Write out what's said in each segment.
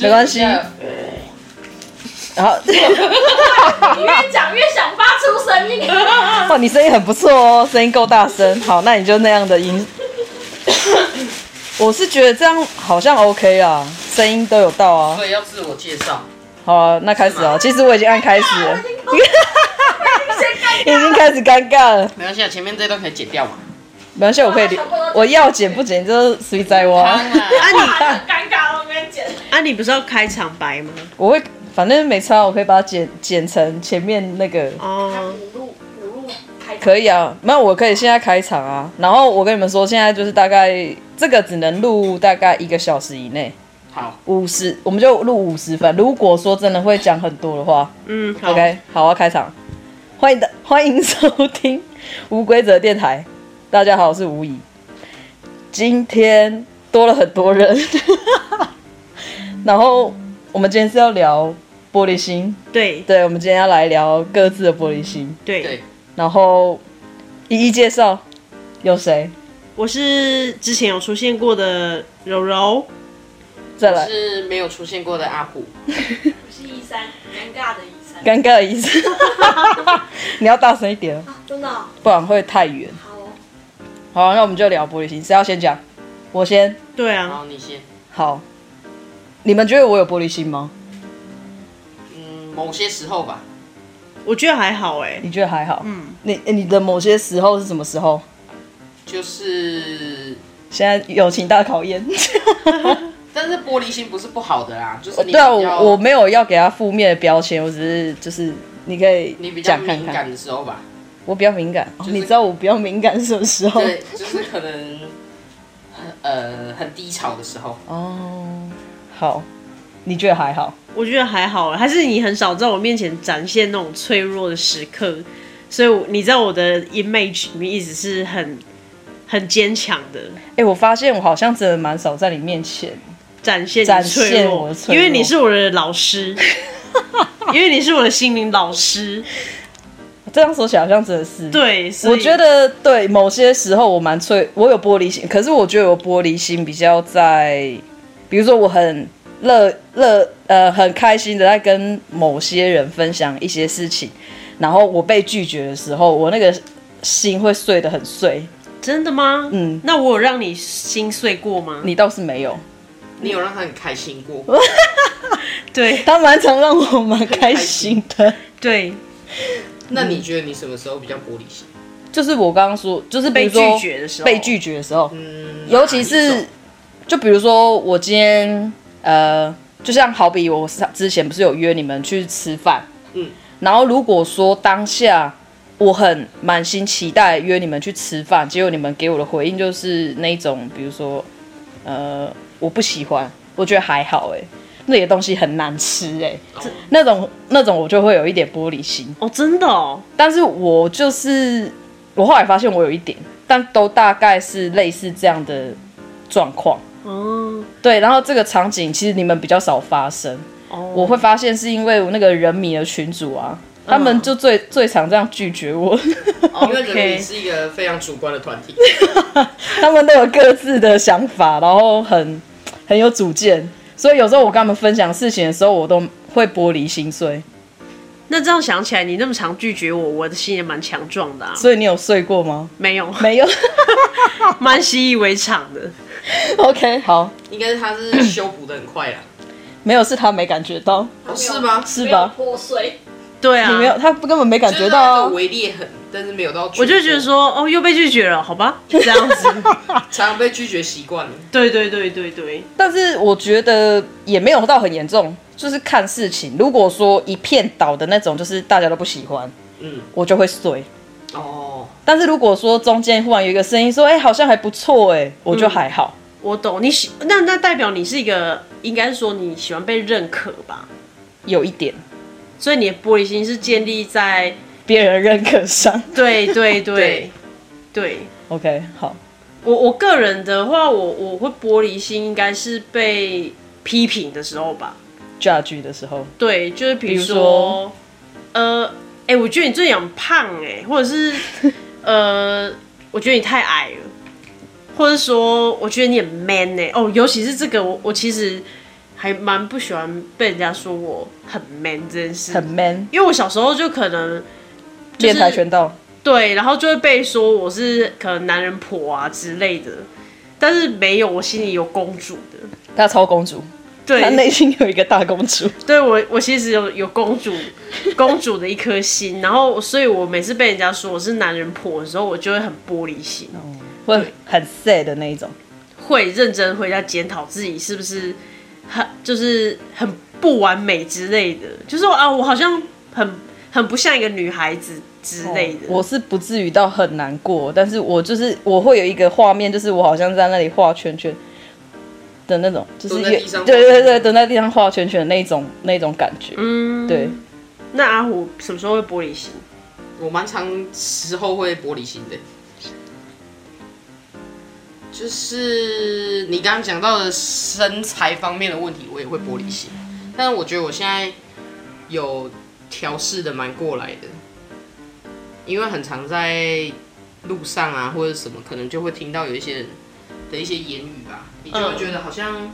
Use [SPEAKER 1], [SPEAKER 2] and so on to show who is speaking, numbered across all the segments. [SPEAKER 1] 没关系。然 后，
[SPEAKER 2] 你越讲越想发出声音。
[SPEAKER 1] 哇，你声音很不错哦，声音够大声。好，那你就那样的音。我是觉得这样好像 OK 啊，声音都有到啊。
[SPEAKER 3] 所以要自我介绍。
[SPEAKER 1] 好啊，那开始哦。其实我已经按开始了，已
[SPEAKER 2] 先
[SPEAKER 1] 经开始尴尬了。
[SPEAKER 3] 没关系啊，前面这段可以剪掉嘛。
[SPEAKER 1] 没关系，我可以留，我要剪不剪就是随在我啊。
[SPEAKER 4] 啊你
[SPEAKER 2] 很尴尬，我跟你讲，
[SPEAKER 4] 啊你不是要开场白吗？
[SPEAKER 1] 我会，反正没差，我可以把它剪剪成前面那个。
[SPEAKER 4] 哦，
[SPEAKER 2] 五路五路开
[SPEAKER 1] 可以啊，那我可以现在开场啊。然后我跟你们说，现在就是大概这个只能录大概一个小时以内，
[SPEAKER 3] 好，
[SPEAKER 1] 五十我们就录五十分。如果说真的会讲很多的话
[SPEAKER 4] 嗯，好
[SPEAKER 1] ，OK，好，我要开场。欢迎的，欢迎收听无规则电台。大家好，我是吴怡。今天多了很多人， 然后我们今天是要聊玻璃心，
[SPEAKER 4] 对
[SPEAKER 1] 对，我们今天要来聊各自的玻璃心。
[SPEAKER 4] 对，
[SPEAKER 3] 对，
[SPEAKER 1] 然后一一介绍有谁，
[SPEAKER 4] 我是之前有出现过的柔柔，
[SPEAKER 1] 再来
[SPEAKER 3] 是没有出现过的阿虎，
[SPEAKER 2] 我是一三，尴尬的一三。
[SPEAKER 1] 尴尬的意思， 你要大声一点，
[SPEAKER 2] 啊，真的哦
[SPEAKER 1] 不然会太远。
[SPEAKER 2] 好哦，
[SPEAKER 1] 好，那我们就聊玻璃心，谁要先讲？我先。
[SPEAKER 4] 对
[SPEAKER 3] 然
[SPEAKER 4] 啊，
[SPEAKER 3] 后你先，
[SPEAKER 1] 好，你们觉得我有玻璃心吗？
[SPEAKER 3] 嗯，某些时候吧，
[SPEAKER 4] 我觉得还好哎，
[SPEAKER 1] 你觉得还好？
[SPEAKER 4] 嗯，
[SPEAKER 1] 你你的某些时候是什么时候？
[SPEAKER 3] 就是，
[SPEAKER 1] 现在友情大考验。
[SPEAKER 3] 但是玻璃心不是不好的啦，就是你比
[SPEAKER 1] 对啊，
[SPEAKER 3] 较，
[SPEAKER 1] 我我没有要给他负面的标签，我只是就是你可
[SPEAKER 3] 你
[SPEAKER 1] 以
[SPEAKER 3] 比较
[SPEAKER 1] 讲看
[SPEAKER 3] 敏
[SPEAKER 1] 看。
[SPEAKER 3] 感的时候吧，
[SPEAKER 1] 我比较敏感，哦
[SPEAKER 3] 就是
[SPEAKER 1] 你知道我比较敏感是什么时候？
[SPEAKER 3] 对，就是可能很呃很低潮的时候，
[SPEAKER 1] 哦，好，你觉得还好？
[SPEAKER 4] 我觉得还好欸，还是你很少在我面前展现那种脆弱的时刻，所以我你在我的 image 里面一直是很很坚强的
[SPEAKER 1] 哎、我发现我好像真的蛮少在你面前，
[SPEAKER 4] 展现
[SPEAKER 1] 展
[SPEAKER 4] 你脆
[SPEAKER 1] 现
[SPEAKER 4] 弱
[SPEAKER 1] 我，脆
[SPEAKER 4] 因为
[SPEAKER 1] 弱
[SPEAKER 4] 你是我的老师， 因为你是我的心灵老师，
[SPEAKER 1] 这样说起来好像真的是。，
[SPEAKER 4] 对，所以
[SPEAKER 1] 我觉得对某些时候我蛮脆，我有玻璃心，可是我觉得我玻璃心比较在，比如说我很乐乐呃很开心的在跟某些人分享一些事情，然后我被拒绝的时候，我那个心会碎得很碎。
[SPEAKER 4] 真的吗？
[SPEAKER 1] 嗯，
[SPEAKER 4] 那我有让你心碎过吗？
[SPEAKER 1] 你倒是没有，
[SPEAKER 3] 你有让他很开心过，
[SPEAKER 4] 对
[SPEAKER 1] 他蛮常让我蛮开心的。
[SPEAKER 4] 对，
[SPEAKER 3] 那你觉得你什么时候比较玻璃心？
[SPEAKER 1] 就是我刚刚说，就是比
[SPEAKER 4] 被
[SPEAKER 1] 如说
[SPEAKER 4] 拒绝的时候
[SPEAKER 1] 被拒绝的时候，
[SPEAKER 3] 嗯，
[SPEAKER 1] 尤其
[SPEAKER 3] 哪一
[SPEAKER 1] 是
[SPEAKER 3] 种
[SPEAKER 1] 就比如说我今天呃，就像好比我上之前不是有约你们去吃饭，
[SPEAKER 3] 嗯，
[SPEAKER 1] 然后如果说当下我很满心期待约你们去吃饭，结果你们给我的回应就是那一种，比如说呃，我不喜欢，我觉得还好哎、那些东西很难吃哎、
[SPEAKER 3] 哦
[SPEAKER 1] 那种那种我就会有一点玻璃心。
[SPEAKER 4] 哦，真的哦，
[SPEAKER 1] 但是我就是我后来发现我有一点，但都大概是类似这样的状况。
[SPEAKER 4] 哦
[SPEAKER 1] 对，然后这个场景其实你们比较少发生，
[SPEAKER 4] 哦，
[SPEAKER 1] 我会发现是因为我那个人迷的群主啊，他们就最、最常这样拒绝我，
[SPEAKER 3] 哦因为人
[SPEAKER 4] OK
[SPEAKER 3] 民是一个非常主观的团 体，
[SPEAKER 1] 他们都有各自的想法，然后很很有主见，所以有时候我跟他们分享事情的时候，我都会玻璃心碎。
[SPEAKER 4] 那这样想起来，你那么常拒绝我，我的心也蛮强壮的啊。
[SPEAKER 1] 所以你有睡过吗？
[SPEAKER 4] 没有，
[SPEAKER 1] 没有。
[SPEAKER 4] 蛮习以为常的。
[SPEAKER 1] OK，好，
[SPEAKER 3] 应该是他是修补的很快啦，
[SPEAKER 1] 没有是他没感觉到，
[SPEAKER 3] 哦是吗？
[SPEAKER 1] 是
[SPEAKER 2] 没有
[SPEAKER 1] 吧？
[SPEAKER 2] 破碎，
[SPEAKER 4] 对啊，
[SPEAKER 1] 你没 有，他根本没感觉到啊。
[SPEAKER 3] 就是那个微裂痕，但是没有到拒绝，
[SPEAKER 4] 我就觉得说，哦，又被拒绝了，好吧，这样 子。
[SPEAKER 3] 常常被拒绝习惯了。
[SPEAKER 4] 对对对对对，
[SPEAKER 1] 但是我觉得也没有到很严重，就是看事情。如果说一片倒的那种，就是大家都不喜欢，
[SPEAKER 3] 嗯，
[SPEAKER 1] 我就会碎。
[SPEAKER 3] 哦，
[SPEAKER 1] 但是如果说中间忽然有一个声音说：“哎、好像还不错哎、我就还好。
[SPEAKER 4] 我懂你喜，那那代表你是一个，应该说你喜欢被认可吧？
[SPEAKER 1] 有一点
[SPEAKER 4] 所以你的玻璃心是建立在
[SPEAKER 1] 别人的认可上。
[SPEAKER 4] 对对对对。
[SPEAKER 1] OK，好，
[SPEAKER 4] 我我个人的话，我我会玻璃心，应该是被批评的时候吧。
[SPEAKER 1] judge 的时候，
[SPEAKER 4] 对，就是比如
[SPEAKER 1] 比如说
[SPEAKER 4] 说，呃，哎、我觉得你最近很胖哎、或 者是呃，我觉得你太矮欸了，或者说我觉得你很 man 哎、哦，尤其是这个，我我其实还蛮不喜欢被人家说我很 man 这件事，
[SPEAKER 1] 很 man，
[SPEAKER 4] 因为我小时候就可能
[SPEAKER 1] 练跆拳道。
[SPEAKER 4] 对，然后就会被说我是可能男人婆啊之类的，但是没有，我心里有公主的。
[SPEAKER 1] 她超公主，她
[SPEAKER 4] 对，
[SPEAKER 1] 内心有一个大公主。
[SPEAKER 4] 对我我其实有有公主公主的一颗心，然后所以我每次被人家说我是男人婆的时候，我就会很玻璃心，
[SPEAKER 1] 哦会很 sad 的那一种。
[SPEAKER 4] 会认真回家检讨自己是不是很就是很不完美之类的，就是啊，我好像很很不像一个女孩子之类的。
[SPEAKER 1] 哦我是不至于到很难过，但是我就是我会有一个画面，就是我好像在那里画圈圈的那种，就是
[SPEAKER 3] 蹲在
[SPEAKER 1] 有
[SPEAKER 3] 地上画
[SPEAKER 1] 对对对，蹲在地上画圈圈的那种那种感觉。
[SPEAKER 4] 嗯，
[SPEAKER 1] 对，
[SPEAKER 4] 那阿虎什么时候会玻璃心？
[SPEAKER 3] 我蛮常时候会玻璃心的，就是你刚刚讲到的身材方面的问题，我也会玻璃心，但是我觉得我现在有调试的蛮过来的，因为很常在路上啊或者什么，可能就会听到有一些人的一些言语吧，你就会觉得好像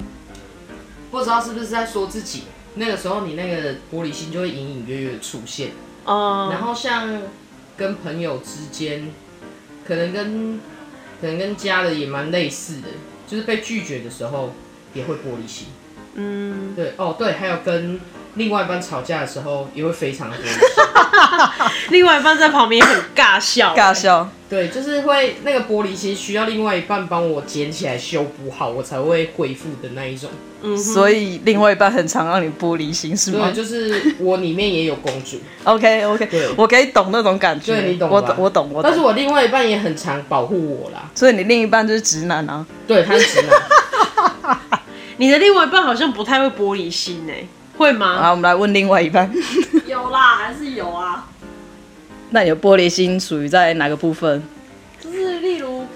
[SPEAKER 3] 不知道是不是在说自己，那个时候你那个玻璃心就会隐隐约约的出现。
[SPEAKER 4] 哦、
[SPEAKER 1] 嗯
[SPEAKER 3] 然后像跟朋友之间，可能跟可能跟家的也蛮类似的，就是被拒绝的时候也会玻璃心。
[SPEAKER 4] 嗯，
[SPEAKER 3] 对，哦对，还有跟另外一半吵架的时候也会非常玻 璃心。
[SPEAKER 4] 另外一半在旁边也很尬笑，
[SPEAKER 1] 尬笑，
[SPEAKER 3] 对，就是会那个玻璃心需要另外一半帮我捡起来修补好，我才会恢复的那一种。
[SPEAKER 4] 嗯哼，
[SPEAKER 1] 所以另外一半很常让你玻璃心，是吗
[SPEAKER 3] 对，就是我里面也有公主，
[SPEAKER 1] ？OK OK，
[SPEAKER 3] 嗯对
[SPEAKER 1] 我可以懂那种感觉，
[SPEAKER 3] 对你懂吧
[SPEAKER 1] 我懂我懂我
[SPEAKER 3] 但是
[SPEAKER 1] 懂。
[SPEAKER 3] 我另外一半也很常保护我啦。
[SPEAKER 1] 所以你另一半就是直男啊？
[SPEAKER 3] 对，他是直男。
[SPEAKER 4] 你的另外一半好像不太会玻璃心哎、会吗？
[SPEAKER 1] 好，我们来问另外一 半，
[SPEAKER 2] 有啦，还是有啊，
[SPEAKER 1] 那你的玻璃心属于在哪个部分？
[SPEAKER 2] 就是例如，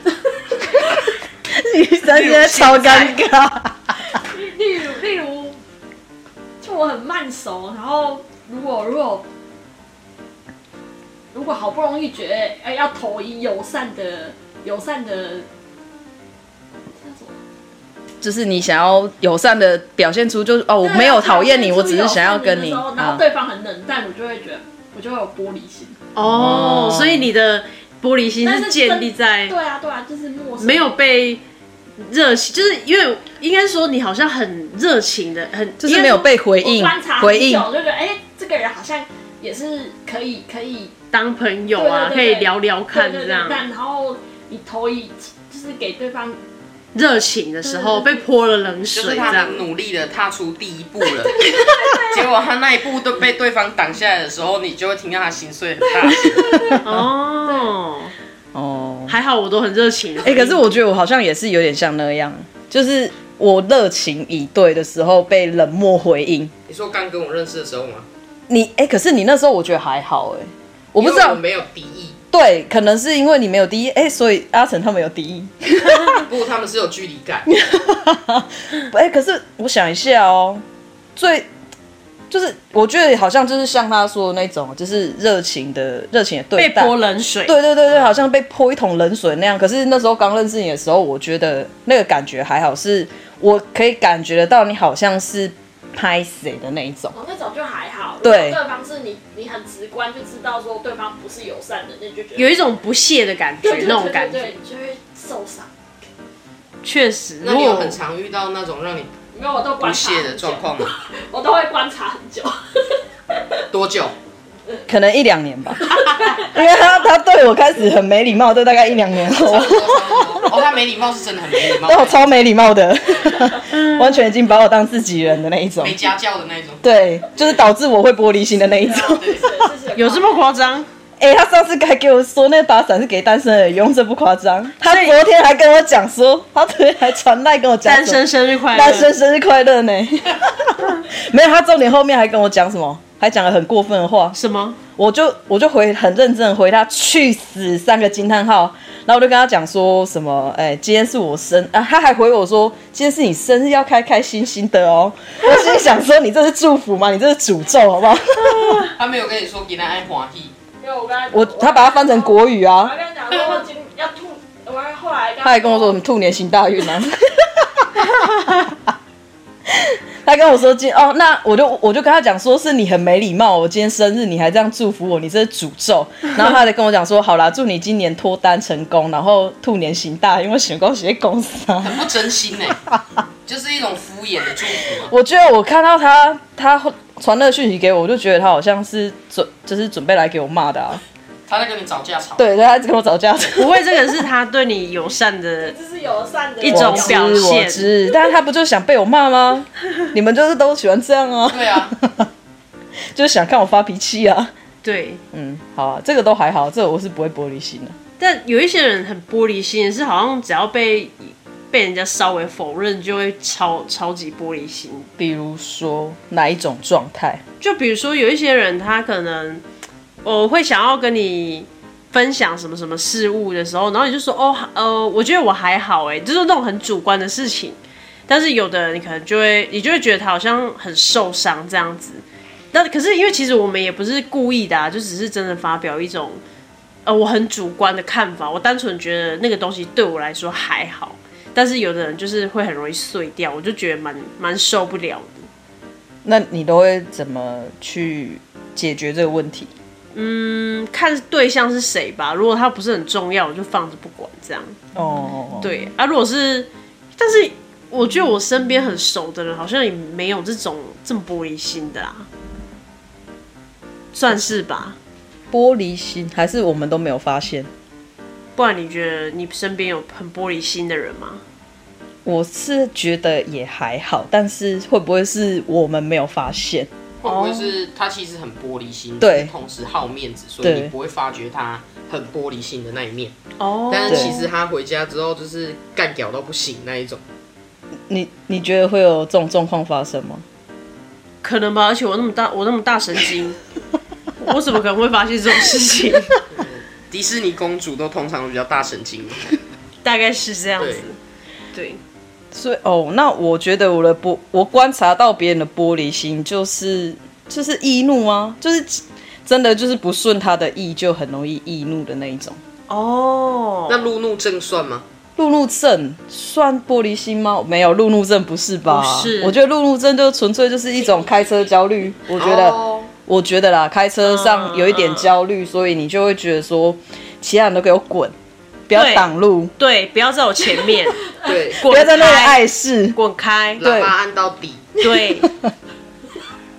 [SPEAKER 1] 女生现在超尴尬。
[SPEAKER 2] 例如，例如，就我很慢熟，然后如果如果如果好不容易觉得哎、要投以友善的友善的，叫什么
[SPEAKER 1] 就是你想要友善的表现出，就是哦，我
[SPEAKER 2] 啊
[SPEAKER 1] 没有讨厌你，我只是想要跟你。
[SPEAKER 2] 然后然后
[SPEAKER 1] 啊，
[SPEAKER 2] 对方很冷淡，我就会觉得我就会有玻璃心。
[SPEAKER 4] 哦、
[SPEAKER 1] 哦
[SPEAKER 4] 所以你的玻璃心
[SPEAKER 2] 但
[SPEAKER 4] 是
[SPEAKER 2] 是
[SPEAKER 4] 建立在
[SPEAKER 2] 对啊对啊，就是陌生
[SPEAKER 4] 没有被热情，就是因为应该说你好像很热情的，很
[SPEAKER 1] 就是没有被回
[SPEAKER 2] 我
[SPEAKER 1] 应
[SPEAKER 2] 观察，
[SPEAKER 1] 回应
[SPEAKER 2] 很久就觉得哎、这个人好像也是可以可以
[SPEAKER 4] 当朋友
[SPEAKER 2] 对对
[SPEAKER 4] 啊，
[SPEAKER 2] 对对
[SPEAKER 4] 可以聊聊看
[SPEAKER 2] 对对
[SPEAKER 4] 这
[SPEAKER 2] 对
[SPEAKER 4] 样，
[SPEAKER 2] 但然后你投以就是给对方
[SPEAKER 4] 热情的时候
[SPEAKER 2] 对对
[SPEAKER 4] 被泼了冷
[SPEAKER 3] 就是
[SPEAKER 4] 水这
[SPEAKER 3] 他
[SPEAKER 4] 样
[SPEAKER 3] 很。努力的踏出第一 步了，结果他那一步都被对方挡下来的时候，你就会听到他心碎很大声。
[SPEAKER 4] 哦，
[SPEAKER 1] 哦，
[SPEAKER 4] 还好我都很热情。
[SPEAKER 1] 哎、可是我觉得我好像也是有点像那样，就是我热情以对的时候被冷漠回应。
[SPEAKER 3] 你说刚跟我认识的时候吗？
[SPEAKER 1] 你哎、可是你那时候我觉得还好哎、我
[SPEAKER 3] 我
[SPEAKER 1] 不知道
[SPEAKER 3] 我，没有敌意，
[SPEAKER 1] 对，可能是因为你没有敌意，哎、所以阿成他们有敌意。
[SPEAKER 3] 不过他们是有距离 感。
[SPEAKER 1] 哎、可是我想一下哦，最就是我觉得好像就是像他说的那种，就是热情的热情的对
[SPEAKER 4] 被
[SPEAKER 1] 待，
[SPEAKER 4] 泼冷嗯水，
[SPEAKER 1] 对对对对，好像被泼一桶冷水那样。可是那时候刚认识你的时候，我觉得那个感觉还好，是我可以感觉得到你好像是拍谁的那一种。
[SPEAKER 2] 哦，那种就还好。
[SPEAKER 1] 对
[SPEAKER 2] 如果对方是你，你很直观就知道说对方不是友善的，那你就觉得
[SPEAKER 4] 有一种不屑的感
[SPEAKER 2] 对
[SPEAKER 4] 觉，那种感
[SPEAKER 2] 对对
[SPEAKER 4] 觉
[SPEAKER 2] 对对就会受伤。
[SPEAKER 4] 确实。
[SPEAKER 3] 那
[SPEAKER 4] 如
[SPEAKER 3] 你有
[SPEAKER 4] 果
[SPEAKER 3] 很常遇到那种让你
[SPEAKER 2] 因为我都
[SPEAKER 3] 不
[SPEAKER 2] 观察
[SPEAKER 3] 屑的
[SPEAKER 2] 很久
[SPEAKER 3] 状，况吗？
[SPEAKER 2] 我都会观察很久。
[SPEAKER 3] 多久？
[SPEAKER 1] 可能一两年 吧，因为他他对我开始很没礼貌，都大概一两年后，
[SPEAKER 3] 哦，他没礼貌是真的很没礼貌
[SPEAKER 1] 对，我哦超没礼貌 的，完全已经把我当自己人的那一种
[SPEAKER 3] 没。家教的那种。
[SPEAKER 1] 对，就是导致我会玻璃心的那一 种。
[SPEAKER 2] 对是是
[SPEAKER 4] 有这么夸张？
[SPEAKER 1] 哎、他上次还给我说那把伞是给单身的人用，这不夸张。他昨天还跟我讲说，他昨天还传赖跟我讲，
[SPEAKER 4] 单身生日快乐！
[SPEAKER 1] 单身生日快 乐呢！没有，他重点后面还跟我讲什么，还讲了很过分的话，
[SPEAKER 4] 什么？
[SPEAKER 1] 我就我就回很认真的回他去死三个惊叹号，然后我就跟他讲说什么，哎、今天是我生啊，他还回我说今天是你生日，要开开心心的哦。我心里想说你这是祝福吗？你这是诅咒好不好？
[SPEAKER 3] 他没有跟你说给他爱欢喜，
[SPEAKER 2] 因为我跟他
[SPEAKER 1] 我他把它翻成国语
[SPEAKER 2] 我
[SPEAKER 1] 啊
[SPEAKER 2] 还，跟他讲说我今要吐，我还后来
[SPEAKER 1] 他还跟我说什么兔年行大运啊。 他跟我说今哦，那我就我就跟他讲说，是你很没礼貌，哦我今天生日你还这样祝福我，你这是诅咒。然后他才跟我讲说，好啦，祝你今年脱单成功，然后兔年行大运，我选恭喜公司啊。
[SPEAKER 3] 很不真心呢、就是一种敷衍的祝福啊。
[SPEAKER 1] 我觉得我看到他他传那个讯息给我，我就觉得他好像是准就是准备来给我骂的啊。
[SPEAKER 3] 他在跟你找架吵，
[SPEAKER 1] 对，他一 直跟我吵架。
[SPEAKER 4] 不会，这个是他对你友善的
[SPEAKER 2] 这是友善的
[SPEAKER 4] 一
[SPEAKER 1] 我
[SPEAKER 4] 种
[SPEAKER 1] 知
[SPEAKER 4] 表
[SPEAKER 1] 我
[SPEAKER 4] 现
[SPEAKER 1] 知，但是他不就想被我骂吗？ 你们就是都喜欢这样啊，
[SPEAKER 3] 对啊，
[SPEAKER 1] 就是想看我发脾气啊。
[SPEAKER 4] 对，
[SPEAKER 1] 嗯，好啊，这个都还好，这个我是不会玻璃心的。
[SPEAKER 4] 但有一些人很玻璃心，是好像只要被被人家稍微否认，就会超超级玻璃心。
[SPEAKER 1] 比如说哪一种状态？
[SPEAKER 4] 就比如说有一些人，他可能我会想要跟你分享什么什么事物的时候，然后你就说哦呃，我觉得我还好哎，就是那种很主观的事情。但是有的人你可能就会，你就会觉得他好像很受伤这样子。但可是因为其实我们也不是故意的、啊，就只是真的发表一种呃我很主观的看法，我单纯觉得那个东西对我来说还好。但是有的人就是会很容易碎掉，我就觉得蛮蛮受不了的。
[SPEAKER 1] 那你都会怎么去解决这个问题？
[SPEAKER 4] 嗯看对象是谁吧。如果他不是很重要，我就放着不管这样。
[SPEAKER 1] 哦，，
[SPEAKER 4] 对啊，如果是，但是我觉得我身边很熟的人好像也没有这种这么玻璃心的啦，算是吧。
[SPEAKER 1] 玻璃心还是我们都没有发现？
[SPEAKER 4] 不然你觉得你身边有很玻璃心的人吗？
[SPEAKER 1] 我是觉得也还好，但是会不会是我们没有发现？
[SPEAKER 3] 会不会
[SPEAKER 4] 哦
[SPEAKER 3] 是他其实很玻璃心，
[SPEAKER 1] 对
[SPEAKER 3] 但是同时好面子，所以
[SPEAKER 1] 对
[SPEAKER 3] 你不会发觉他很玻璃心的那一面。
[SPEAKER 4] 哦，
[SPEAKER 3] 但是
[SPEAKER 1] 对
[SPEAKER 3] 其实他回家之后就是干屌到不行那一种。
[SPEAKER 1] 你你觉得会有这种状况发生吗？
[SPEAKER 4] 可能吧，而且我那么大，我那么大神 经，我怎么可能会发现这种事情？
[SPEAKER 3] 迪士尼公主都通常都比较大神经，
[SPEAKER 4] 大概是这样子
[SPEAKER 3] 对。
[SPEAKER 4] 对，
[SPEAKER 1] 所以哦，那我觉得我的玻，我观察到别人的玻璃心，就是就是易怒啊，就是真的就是不顺他的意，就很容易易怒的那一种。
[SPEAKER 4] 哦，
[SPEAKER 3] 那路怒症算吗？
[SPEAKER 1] 路怒症算玻璃心吗？没有，路怒症不是吧？
[SPEAKER 4] 不是
[SPEAKER 1] 我觉得路怒症就纯粹就是一种开车焦虑。我觉得
[SPEAKER 3] 哦
[SPEAKER 1] 我觉得啦，开车
[SPEAKER 4] 啊
[SPEAKER 1] 上有一点焦虑，所以你就会觉得说，其他人都给我滚，不要
[SPEAKER 4] 对
[SPEAKER 1] 挡路，
[SPEAKER 4] 对，不要在我前面，
[SPEAKER 3] 对，
[SPEAKER 4] 滚
[SPEAKER 1] 不要在那里
[SPEAKER 4] 开
[SPEAKER 1] 碍事。
[SPEAKER 4] 滚开，
[SPEAKER 3] 喇叭按到底。
[SPEAKER 4] 对，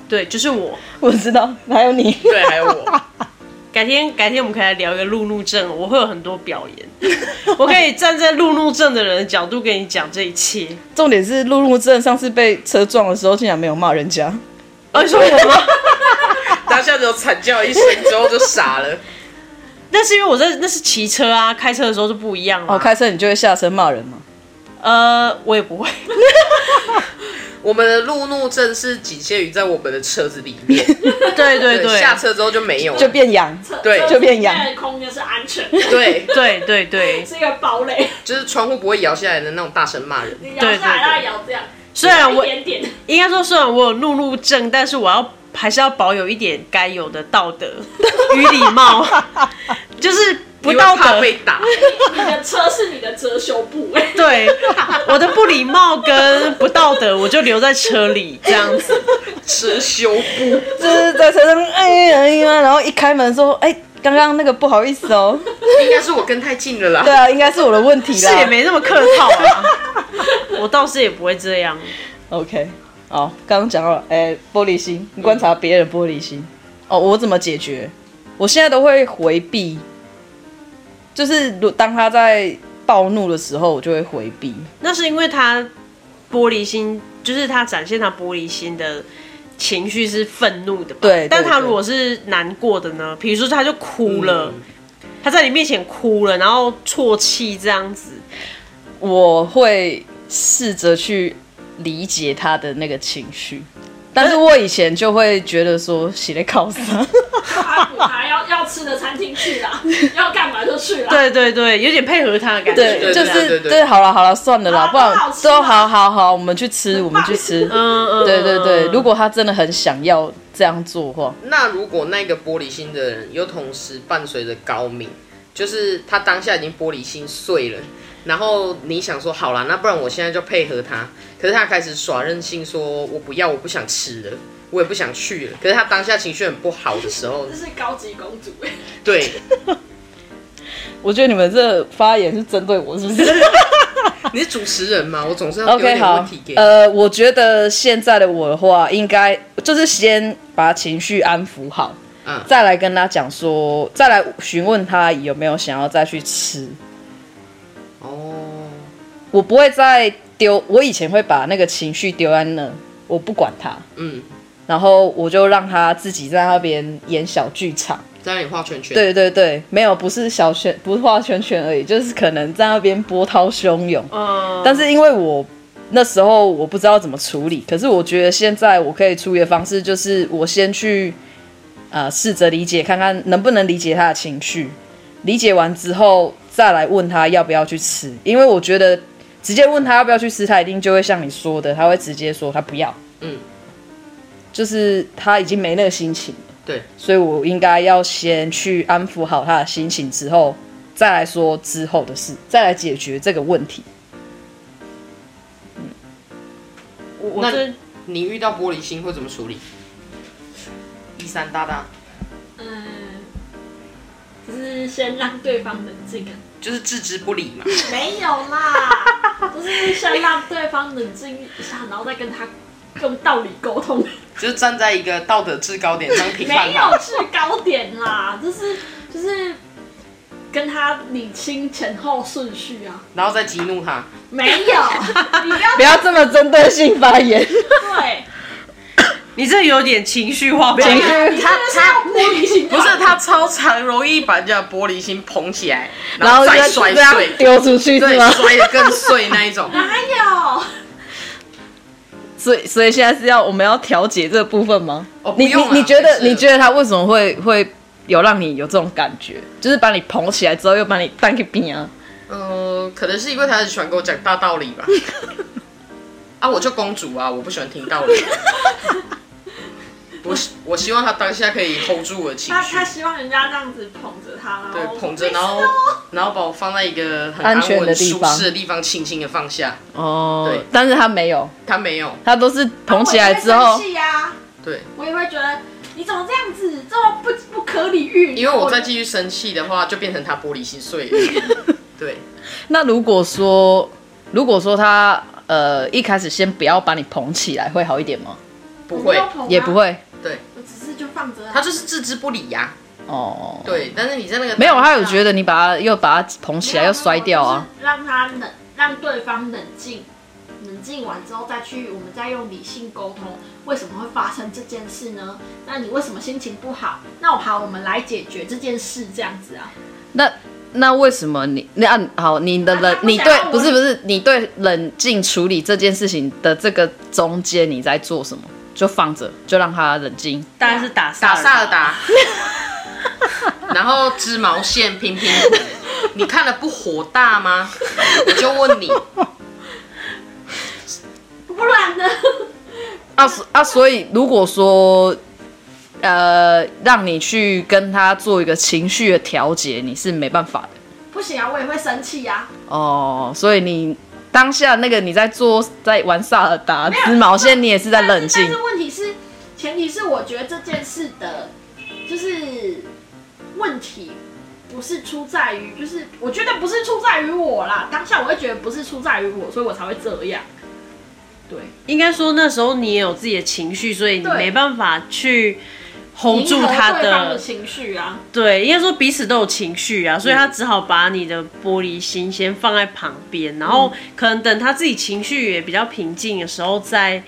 [SPEAKER 4] 对，就是我。
[SPEAKER 1] 我知道，还有你，
[SPEAKER 3] 对，还有我，
[SPEAKER 4] 改天，改天我们可以来聊一个路怒症，我会有很多表演，我可以站在路怒症的人的角度跟你讲这一切。
[SPEAKER 1] 重点是路怒症上次被车撞的时候，竟然没有骂人家。
[SPEAKER 4] 哦，你说我吗？
[SPEAKER 3] 当下只有惨叫一声之后就傻了。
[SPEAKER 4] 那是因为我在那是骑车啊，开车的时候就不一样了。啊
[SPEAKER 1] 哦，开车你就会下车骂人嘛？
[SPEAKER 4] 呃，我也不会，
[SPEAKER 3] 我们的路怒症是仅限于在我们的车子里面，
[SPEAKER 4] 对对对，
[SPEAKER 3] 下车之后就没
[SPEAKER 4] 哦
[SPEAKER 3] 有了，
[SPEAKER 1] 就变痒，
[SPEAKER 3] 对
[SPEAKER 1] 就变痒
[SPEAKER 2] 现在的空间是安全，
[SPEAKER 3] 对，
[SPEAKER 4] 对对对。
[SPEAKER 2] 是一个堡垒，
[SPEAKER 3] 就是窗户不会摇下来的那种大声骂人。
[SPEAKER 2] 你摇下来
[SPEAKER 4] 对对对
[SPEAKER 2] 它摇这样，
[SPEAKER 4] 虽然
[SPEAKER 2] 一
[SPEAKER 4] 我
[SPEAKER 2] 点点，
[SPEAKER 4] 应该说，虽然我有路怒症，但是我要还是要保有一点该有的道德与礼貌，就是不
[SPEAKER 3] 因为
[SPEAKER 4] 道
[SPEAKER 3] 怕
[SPEAKER 4] 德
[SPEAKER 3] 被打，
[SPEAKER 2] 你的车是你的遮羞布，哎，
[SPEAKER 4] 对，我的不礼貌跟不道德，我就留在车里这样子。
[SPEAKER 3] 遮羞布，
[SPEAKER 1] 就是在车上，哎呀哎呀，然后一开门说，哎，刚刚那个不好意思 哦，
[SPEAKER 3] 应该是我跟太近了
[SPEAKER 1] 对
[SPEAKER 3] 啦。
[SPEAKER 1] 啊，应该是我的问题啦。
[SPEAKER 4] 是也没那么客套啊， 我倒是也不会这样。
[SPEAKER 1] OK，好，刚刚讲到了，哎、玻璃心，你观察别人玻璃心，哦，我怎么解决？我现在都会回避，就是如当他在暴怒的时候，我就会回避。
[SPEAKER 4] 那是因为他玻璃心，就是他展现他玻璃心的情绪是愤怒的吧？
[SPEAKER 1] 对对
[SPEAKER 4] 但他
[SPEAKER 1] 对
[SPEAKER 4] 如果是难过的呢？比如说他就哭了，
[SPEAKER 3] 嗯
[SPEAKER 4] 他在你面前哭了，然后啜泣这样子。
[SPEAKER 1] 我会试着去理解他的那个情绪，但是我以前就会觉得说，洗了靠啥？
[SPEAKER 2] 他补他要要吃的餐厅去啦，要干嘛就去啦，
[SPEAKER 4] 对对对，有点配合他的感觉。
[SPEAKER 1] 啊对，
[SPEAKER 3] 对
[SPEAKER 1] 就
[SPEAKER 3] 对
[SPEAKER 1] 是
[SPEAKER 3] 对对
[SPEAKER 1] 对，好了好了，算了啦，
[SPEAKER 2] 好
[SPEAKER 1] 不然
[SPEAKER 2] 都好吃嘛
[SPEAKER 1] 都好好好，我们去吃，我们去吃。
[SPEAKER 4] 嗯嗯，
[SPEAKER 1] 对对对，
[SPEAKER 4] 嗯
[SPEAKER 1] 如果他真的很想要这样做的话，
[SPEAKER 3] 那如果那个玻璃心的人又同时伴随着高敏，就是他当下已经玻璃心碎了，然后你想说好啦，那不然我现在就配合他，可是他开始耍任性说，我不要，我不想吃了，我也不想去了。可是他当下情绪很不好的时候
[SPEAKER 2] 这，是高级公主哎，
[SPEAKER 3] 对
[SPEAKER 1] 我觉得你们这发言是针对我，是不是
[SPEAKER 3] 你是主持人嘛，我总是要丢一
[SPEAKER 1] ？OK，
[SPEAKER 3] 点问
[SPEAKER 1] 好
[SPEAKER 3] 题给。你。
[SPEAKER 1] 呃，我觉得现在的我的话，应该就是先把情绪安抚好，
[SPEAKER 3] 嗯
[SPEAKER 1] 再来跟他讲说，再来询问他有没有想要再去吃。
[SPEAKER 3] 哦，
[SPEAKER 1] 我不会再丢，我以前会把那个情绪丢在那，我不管他，
[SPEAKER 3] 嗯，
[SPEAKER 1] 然后我就让他自己在那边演小剧场。
[SPEAKER 3] 在那里画圈圈。，
[SPEAKER 1] 对对对，没有，不是小圈，不是画圈圈而已，就是可能在那边波涛汹涌。
[SPEAKER 4] 嗯，
[SPEAKER 1] 但是因为我那时候我不知道怎么处理，可是我觉得现在我可以处理的方式就是我先去呃试着理解，看看能不能理解他的情绪，理解完之后再来问他要不要去吃，因为我觉得直接问他要不要去吃，他一定就会像你说的，他会直接说他不要，
[SPEAKER 3] 嗯，
[SPEAKER 1] 就是他已经没那个心情了。
[SPEAKER 3] 对，
[SPEAKER 1] 所以我应该要先去安抚好他的心情，之后再来说之后的事，再来解决这个问题。
[SPEAKER 4] 我我
[SPEAKER 3] 那
[SPEAKER 4] 这
[SPEAKER 3] 你遇到玻璃心会怎么处理？一三大大
[SPEAKER 2] 嗯，就是先让对方冷静啊，
[SPEAKER 3] 就是置之不理嘛。
[SPEAKER 2] 没有 啦，就是先让对方冷静一下，然后再跟他用道理沟 通，
[SPEAKER 3] 就是站在一个道德制高点上评判
[SPEAKER 2] 没有
[SPEAKER 3] 他。
[SPEAKER 2] 制高点啦，就是就是跟他理清前后顺序啊，
[SPEAKER 3] 然后再激怒他。
[SPEAKER 2] 没 有，你不要
[SPEAKER 1] 不要这么针对性发言，
[SPEAKER 2] 对，
[SPEAKER 4] 你这有点情绪化吧，
[SPEAKER 1] 情绪
[SPEAKER 2] 你真的是要玻璃心，
[SPEAKER 3] 哎不是，他超常容易把人家的玻璃心捧起来，
[SPEAKER 1] 然后就
[SPEAKER 3] 再摔
[SPEAKER 1] 这样
[SPEAKER 3] 碎，
[SPEAKER 1] 丢出去是
[SPEAKER 3] 对，
[SPEAKER 1] 吗？
[SPEAKER 3] 摔得更碎那一 种。
[SPEAKER 2] 哪有？
[SPEAKER 1] 所以所以现在是要我们要调解这部分吗？
[SPEAKER 3] 哦不
[SPEAKER 1] 你你
[SPEAKER 3] 用啊
[SPEAKER 1] 你觉
[SPEAKER 3] 没
[SPEAKER 1] 得
[SPEAKER 3] 事
[SPEAKER 1] 你觉得他为什么会会有让你有这种感觉？就是把你捧起来之后又把你当个饼啊？
[SPEAKER 3] 嗯，可能是因为他很喜欢跟我讲大道理 吧。啊，我就公主啊，我不喜欢听道理。我希我希望他当下可以 hold 住我的情
[SPEAKER 2] 他
[SPEAKER 3] 绪
[SPEAKER 2] 他，希望人家这样子捧着他，然后
[SPEAKER 3] 对，捧着，
[SPEAKER 2] 没事
[SPEAKER 3] 然后
[SPEAKER 2] 哦
[SPEAKER 3] 然后把我放在一个很
[SPEAKER 1] 安全
[SPEAKER 3] 稳、
[SPEAKER 1] 的地
[SPEAKER 3] 舒
[SPEAKER 1] 方
[SPEAKER 3] 适的地方，轻轻的放下。
[SPEAKER 1] 哦
[SPEAKER 3] 对哦
[SPEAKER 1] 但是他没有，
[SPEAKER 3] 他没有，
[SPEAKER 1] 他都是捧起来之后
[SPEAKER 2] 我也会生，气啊，
[SPEAKER 3] 对，
[SPEAKER 2] 我也会觉得你怎么这样子，这么不不可理喻。
[SPEAKER 3] 因为我再继续生气的话，就变成他玻璃心碎了。 对，
[SPEAKER 1] 那如果说，如果说他呃一开始先不要把你捧起来，会好一点吗？
[SPEAKER 3] 不会，
[SPEAKER 2] 啊
[SPEAKER 1] 也不，会
[SPEAKER 3] 对
[SPEAKER 2] 我只是就放着啊。
[SPEAKER 3] 他就是置之不理呀、
[SPEAKER 1] 哦。，
[SPEAKER 3] 对，但是你在那个
[SPEAKER 1] 没有，他有
[SPEAKER 3] 得
[SPEAKER 1] 觉得你把他又把他捧起来又摔掉啊。
[SPEAKER 2] 就是让他冷，让对方冷静，冷静完之后再去，我们再用理性沟通，为什么会发生这件事呢？那你为什么心情不好？那我好，我们来解决这件事，这样子啊。
[SPEAKER 1] 那那为什么你那啊好你的
[SPEAKER 2] 他
[SPEAKER 1] 冷
[SPEAKER 2] 他不
[SPEAKER 1] 你
[SPEAKER 2] 想
[SPEAKER 1] 对
[SPEAKER 2] 要我
[SPEAKER 1] 不是不是你对冷静处理这件事情的这个中间你在做什么？就放着，就让他冷静。
[SPEAKER 4] 大概是打
[SPEAKER 3] 打
[SPEAKER 4] 萨尔达
[SPEAKER 3] 萨尔 达，然后织毛线拼拼图，你看了不火大吗？我就问 你，
[SPEAKER 2] 不然呢？
[SPEAKER 1] 啊所啊，所以如果说，呃，让你去跟他做一个情绪的调节，你是没办法的。
[SPEAKER 2] 不行啊，我也会生气呀、
[SPEAKER 1] 哦，所以你当下那个你在做在玩萨尔达
[SPEAKER 2] 没有
[SPEAKER 1] 织毛线，你也是在
[SPEAKER 2] 但
[SPEAKER 1] 冷
[SPEAKER 2] 是
[SPEAKER 1] 静
[SPEAKER 2] 但是问题是，前提是我觉得这件事的，就是问题不是出在于，就是我觉得不是出在于我啦。当下我会觉得不是出在于我，所以我才会这样。对，
[SPEAKER 4] 应该说那时候你也有自己的情绪，所以你
[SPEAKER 2] 对
[SPEAKER 4] 没办法去 hold 住
[SPEAKER 2] 迎合
[SPEAKER 4] 他
[SPEAKER 2] 对方
[SPEAKER 4] 的
[SPEAKER 2] 情绪嗯啊。
[SPEAKER 4] 对，应该说彼此都有情绪啊，所以他只好把你的玻璃心先放在旁边，然
[SPEAKER 2] 嗯
[SPEAKER 4] 后可能等他自己情绪也比较平静的时候再，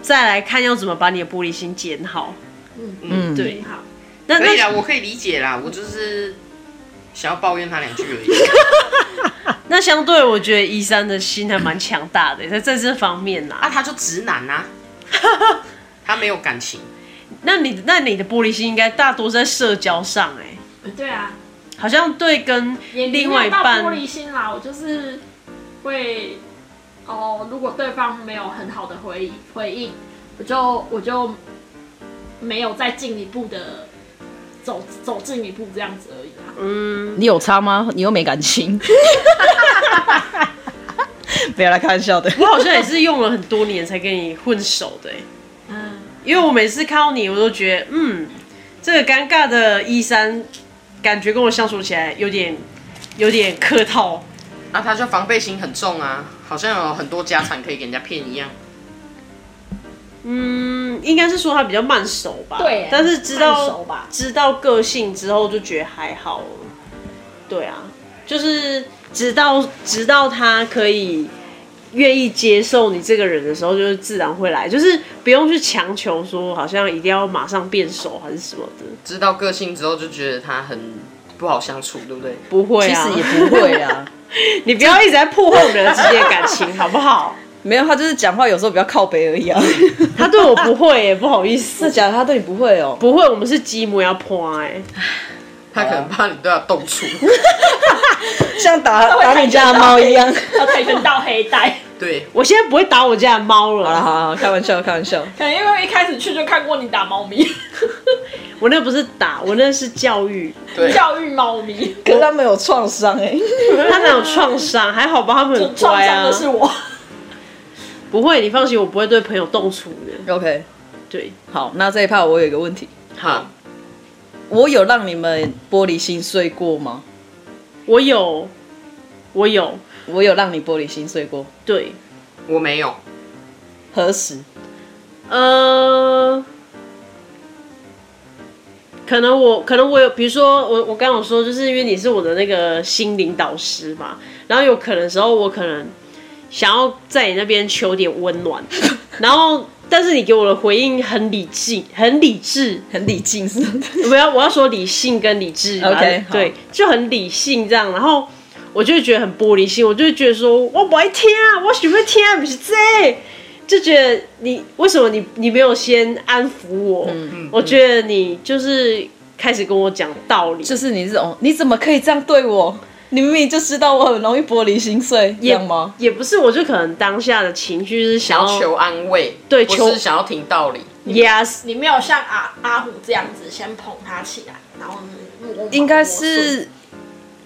[SPEAKER 4] 再来看要怎么把你的玻璃心捡好。
[SPEAKER 1] 嗯，
[SPEAKER 4] 对，
[SPEAKER 2] 好，
[SPEAKER 4] 那
[SPEAKER 3] 可以
[SPEAKER 2] 啊
[SPEAKER 4] 那
[SPEAKER 3] 啦，我可以理解啦，我就是想要抱怨他两句而已。
[SPEAKER 4] 那相对，我觉得一三的心还蛮强大的，在在这方面
[SPEAKER 3] 啊，
[SPEAKER 4] 啦。
[SPEAKER 3] 他就直男 啊，他没有感情，
[SPEAKER 4] 那你那你的玻璃心应该大多在社交上、哎，
[SPEAKER 2] 对啊，
[SPEAKER 4] 好像对跟
[SPEAKER 2] 也
[SPEAKER 4] 另外一
[SPEAKER 2] 到玻
[SPEAKER 4] 半
[SPEAKER 2] 璃心啦，我就是会哦，如果对方没有很好的回回应，我就我就没有再进一步的走
[SPEAKER 4] 嗯
[SPEAKER 2] 走进一步这样子而已啦。
[SPEAKER 1] 你有差吗？你又没感情，没有来开玩笑的。
[SPEAKER 4] 我好像也是用了很多年才跟你混熟的、欸，
[SPEAKER 2] 嗯
[SPEAKER 4] 因为我每次看到你，我都觉得，嗯，这个尴尬的一三，感觉跟我相处起来有点有点客套，
[SPEAKER 3] 那、啊他就防备心很重啊，好像有很多家产可以给人家骗一样。
[SPEAKER 4] 嗯，应该是说他比较慢熟吧，
[SPEAKER 2] 对欸
[SPEAKER 4] 但是知
[SPEAKER 2] 慢
[SPEAKER 4] 道
[SPEAKER 2] 熟吧
[SPEAKER 4] 知道个性之后就觉得还好了，对啊，就是直到直到他可以愿意接受你这个人的时候，就是自然会来，就是不用去强求说好像一定要马上变熟还是什么的，
[SPEAKER 3] 知道个性之后就觉得他很不好相处，对不对？
[SPEAKER 4] 不会
[SPEAKER 1] 其
[SPEAKER 4] 啊，
[SPEAKER 1] 实也不会，啊，
[SPEAKER 4] 你不要一直在破坏我们的之间的感情，好不好？
[SPEAKER 1] 没有，他就是讲话有时候比较靠北而已 啊。
[SPEAKER 4] 他对我不会耶，不好意思
[SPEAKER 1] 是，假的？他对你不会哦？
[SPEAKER 4] 不会，我们是积木要破哎，
[SPEAKER 3] 他可能怕你对他 动粗。
[SPEAKER 1] 像打
[SPEAKER 2] 会
[SPEAKER 1] 打你家的猫一样。
[SPEAKER 2] 要跆拳道黑 带。
[SPEAKER 3] 对，
[SPEAKER 4] 我现在不会打我家的猫了，
[SPEAKER 1] 好了好了，开玩笑开玩笑。
[SPEAKER 2] 可能因为一开始去就看过你打猫咪，
[SPEAKER 4] 我那不是打，我那是教育。
[SPEAKER 3] 对
[SPEAKER 2] 教育猫咪，
[SPEAKER 1] 可是他们有创伤哎，
[SPEAKER 4] 他哪有创伤？还好吧，他们很
[SPEAKER 2] 创
[SPEAKER 4] 乖
[SPEAKER 2] 伤
[SPEAKER 4] 啊
[SPEAKER 2] 的。是我。
[SPEAKER 4] 不会，你放心，我不会对朋友动粗的。
[SPEAKER 1] OK，
[SPEAKER 4] 对，
[SPEAKER 1] 好，那这一趴我有一个问题，
[SPEAKER 3] 好，
[SPEAKER 1] 我有让你们玻璃心碎过吗？
[SPEAKER 4] 我有，我有，
[SPEAKER 1] 我有让你玻璃心碎过，
[SPEAKER 4] 对，
[SPEAKER 3] 我没有，
[SPEAKER 1] 何时？
[SPEAKER 4] 呃，可能我，可能我有，比如说我，我刚刚有说，就是因为你是我的那个心灵导师嘛，然后有可能时候我可能想要在你那边求点温暖，然后但是你给我的回应很理性，很理智，
[SPEAKER 1] 很理性是吗？
[SPEAKER 4] 我要我要说理性跟理智吧
[SPEAKER 1] OK，好
[SPEAKER 4] 对，就很理性这样，然后我就会觉得很玻璃心，我就会觉得说我不爱听啊，我喜欢听啊，不是这，就觉得你为什么你你没有先安抚我？我觉得你就是开始跟我讲道理，
[SPEAKER 1] 就是你这种，你怎么可以这样对我？你明明就知道我很容易玻璃心碎，这
[SPEAKER 4] 也
[SPEAKER 1] 样吗？？
[SPEAKER 4] 也不是，我就可能当下的情绪是想
[SPEAKER 3] 想
[SPEAKER 4] 要
[SPEAKER 3] 要求安慰，
[SPEAKER 4] 对
[SPEAKER 3] 不
[SPEAKER 4] 求
[SPEAKER 3] 是想要听道理。
[SPEAKER 4] yes，
[SPEAKER 2] 你没有像阿阿虎这样子先捧他起来，然后摸摸
[SPEAKER 1] 应该
[SPEAKER 2] 摸
[SPEAKER 1] 是，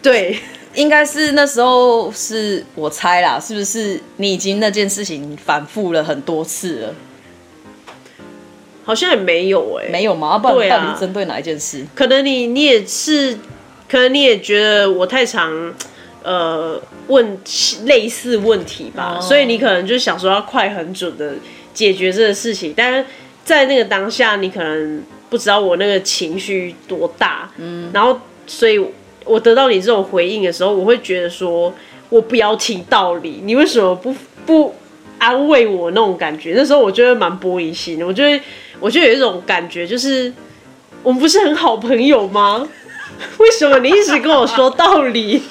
[SPEAKER 4] 对，
[SPEAKER 1] 应该是那时候是我猜啦，是不是你已经那件事情反复了很多次了？
[SPEAKER 4] 好像也没有哎、
[SPEAKER 1] 没有吗？啊不然
[SPEAKER 4] 对啊
[SPEAKER 1] 到底是针对哪一件事？
[SPEAKER 4] 可能你你也是，可能你也觉得我太常呃问类似问题吧，
[SPEAKER 1] 哦
[SPEAKER 4] 所以你可能就想说要快很准的解决这个事情，但是在那个当下，你可能不知道我那个情绪多大，嗯，然后所以我得到你这种回应的时候，我会觉得说我不要听道理，你为什么不不？安慰我那种感觉，那时候我就会蛮玻璃心的，我就会，我就有一种感觉，就是我们不是很好朋友吗？ 为什么你一直跟我说道理？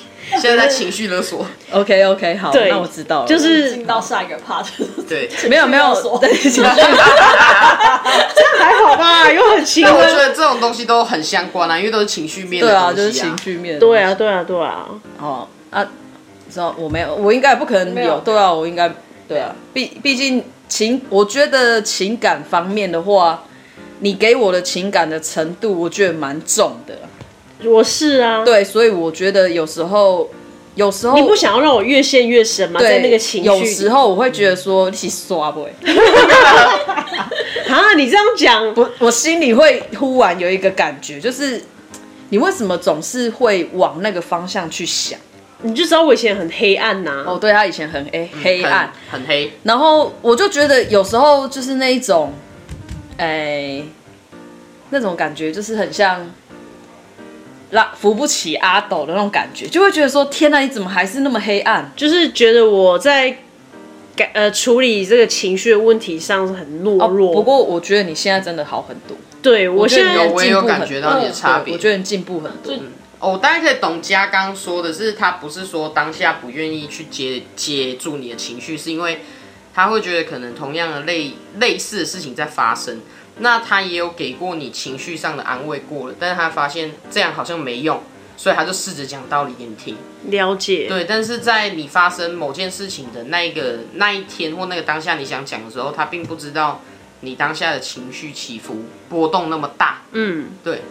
[SPEAKER 3] 现在在情绪勒索，
[SPEAKER 1] OK OK，好，
[SPEAKER 4] 对
[SPEAKER 1] 那我知道了。
[SPEAKER 4] 就
[SPEAKER 2] 索
[SPEAKER 4] 是
[SPEAKER 2] 进到下一个 part，
[SPEAKER 3] 对。
[SPEAKER 1] 没有没有
[SPEAKER 2] 情绪勒，索
[SPEAKER 1] 对，情绪
[SPEAKER 4] 还好吧，又很亲
[SPEAKER 3] 但我觉
[SPEAKER 4] 温。
[SPEAKER 3] 得这种东西都很相关啊，因为都是情绪面 的
[SPEAKER 1] 对啊，
[SPEAKER 3] 东
[SPEAKER 1] 就是
[SPEAKER 3] 西
[SPEAKER 1] 情绪面。
[SPEAKER 4] 对啊，，对啊，对啊，
[SPEAKER 1] 哦啊，知道我没有，我应该也不可能
[SPEAKER 2] 没
[SPEAKER 1] 有。
[SPEAKER 2] 有
[SPEAKER 1] 对啊，我应该对啊，毕毕竟情，我觉得情感方面的话，你给我的情感的程度，我觉得蛮重的。
[SPEAKER 4] 我是啊。
[SPEAKER 1] 对，所以我觉得有时候，有时候
[SPEAKER 4] 你不想要让我越陷越深吗？
[SPEAKER 1] 对
[SPEAKER 4] 在那个情绪里，
[SPEAKER 1] 有时候我会觉得说，你刷不？
[SPEAKER 4] 啊，你这样讲，
[SPEAKER 1] 我我心里会忽然有一个感觉，就是你为什么总是会往那个方向去想？
[SPEAKER 4] 你就知道我以前很黑暗呐、
[SPEAKER 1] 哦，对他以前很黑黑暗，
[SPEAKER 3] 嗯很很黑，
[SPEAKER 1] 然后我就觉得有时候就是那一种，哎、那种感觉就是很像拉扶不起阿斗的那种感觉，就会觉得说天哪，你怎么还是那么黑暗？啊
[SPEAKER 4] 就是觉得我在改呃处理这个情绪的问题上是很
[SPEAKER 1] 哦，
[SPEAKER 4] 懦弱。
[SPEAKER 1] 不过我觉得你现在真的好很多，
[SPEAKER 4] 对我
[SPEAKER 1] 觉得
[SPEAKER 4] 现
[SPEAKER 1] 你
[SPEAKER 4] 在
[SPEAKER 3] 有我也
[SPEAKER 1] 进步很
[SPEAKER 3] 有
[SPEAKER 1] 嗯
[SPEAKER 3] 感觉到你的差别
[SPEAKER 1] 我。觉得你进步很多。
[SPEAKER 3] 哦，我大概可以懂嘉刚说的是，他不是说当下不愿意去接接住你的情绪，是因为他会觉得可能同样的类类似的事情在发生。那他也有给过你情绪上的安慰过了，但是他发现这样好像没用，所以他就试着讲道理给你听。
[SPEAKER 4] 了解，
[SPEAKER 3] 对，但是在你发生某件事情的那一个那一天或那个当下，你想讲的时候，他并不知道你当下的情绪起伏波动那么大。
[SPEAKER 4] 嗯，
[SPEAKER 3] 对，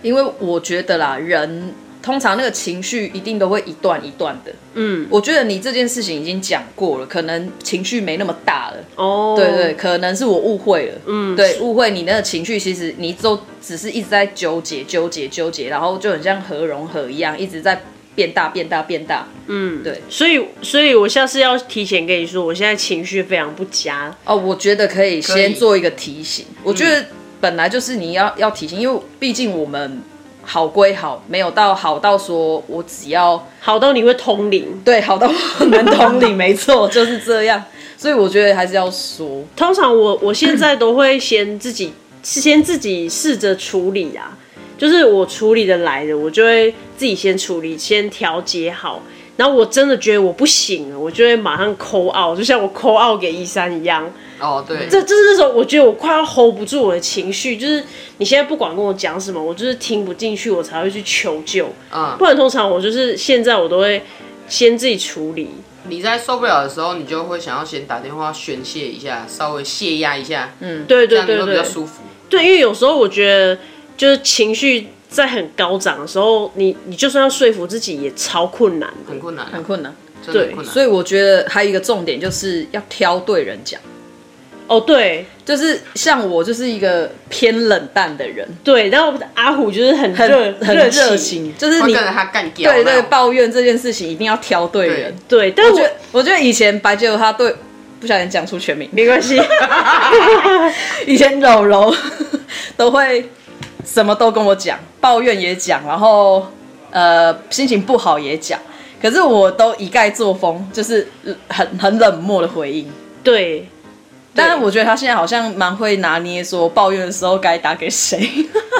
[SPEAKER 1] 因为我觉得啦，人通常那个情绪一定都会一段一段的。
[SPEAKER 4] 嗯，
[SPEAKER 1] 我觉得你这件事情已经讲过了，可能情绪没那么大了。
[SPEAKER 4] 哦，
[SPEAKER 1] 对对，，可能是我误会了。
[SPEAKER 4] 嗯，
[SPEAKER 1] 对，误会你那个情绪，其实你都只是一直在纠结、纠结、纠结，然后就很像核融合一样，一直在变大、变大、变大。
[SPEAKER 4] 嗯，
[SPEAKER 1] 对
[SPEAKER 4] 所以，所以我下次要提前跟你说，我现在情绪非常不佳。
[SPEAKER 1] 哦，我觉得可以
[SPEAKER 3] 可
[SPEAKER 1] 先
[SPEAKER 3] 以
[SPEAKER 1] 做一个提醒。我觉得本来就是你要要提醒，因为毕竟我们好归好，没有到好到说我只要
[SPEAKER 4] 好到你会通灵。
[SPEAKER 1] 对好到我能同理，没错，就是这样。所以我觉得还是要说，
[SPEAKER 4] 通常我我现在都会先自己先自己试着处理啊，就是我处理的来的，我就会自己先处理，先调节好。然后我真的觉得我不行了，我就会马上抠 out，就像我抠 out 给一三一样。
[SPEAKER 3] 哦，对，
[SPEAKER 4] 这就是那种我觉得我快要 hold 不住我的情绪，就是你现在不管跟我讲什么，我就是听不进去，我才会去求救。
[SPEAKER 3] 嗯
[SPEAKER 4] 不，然通常我就是现在我都会先自己处理。
[SPEAKER 3] 你在受不了的时候，你就会想要先打电话宣泄一下，稍微泄压一下，嗯，这
[SPEAKER 4] 对对
[SPEAKER 3] 样你
[SPEAKER 4] 对
[SPEAKER 3] 会比
[SPEAKER 4] 对
[SPEAKER 3] 较，舒服。
[SPEAKER 4] 对，因为有时候我觉得就是情绪在很高涨的时候，你你就算要说服自己也超困难的。
[SPEAKER 3] 很困难啊，
[SPEAKER 1] 很困难。
[SPEAKER 3] 真的很
[SPEAKER 4] 对
[SPEAKER 3] 困难。
[SPEAKER 1] 所以我觉得还有一个重点就是要挑对人讲。
[SPEAKER 4] 哦，对
[SPEAKER 1] 就是像我就是一个偏冷淡的人，
[SPEAKER 4] 对，然后阿虎就是很
[SPEAKER 1] 很
[SPEAKER 4] 热
[SPEAKER 1] 很热，情，就是
[SPEAKER 3] 会
[SPEAKER 1] 你
[SPEAKER 3] 跟着他干掉那
[SPEAKER 1] 哦对对
[SPEAKER 3] 种，
[SPEAKER 1] 抱怨这件事情一定要挑对人。
[SPEAKER 4] 对，但
[SPEAKER 1] 我
[SPEAKER 4] 我
[SPEAKER 1] 觉得我觉得以前白酒他对不小心讲出全名，
[SPEAKER 4] 没 关系，
[SPEAKER 1] 以前柔柔 都会什么都跟我讲，抱怨也讲，然后呃心情不好也讲，可是我都一概作风，就是呃很很冷漠的回应。
[SPEAKER 4] 对，
[SPEAKER 1] 但是我觉得他现在好像蛮会拿捏，说抱怨的时候该打给谁。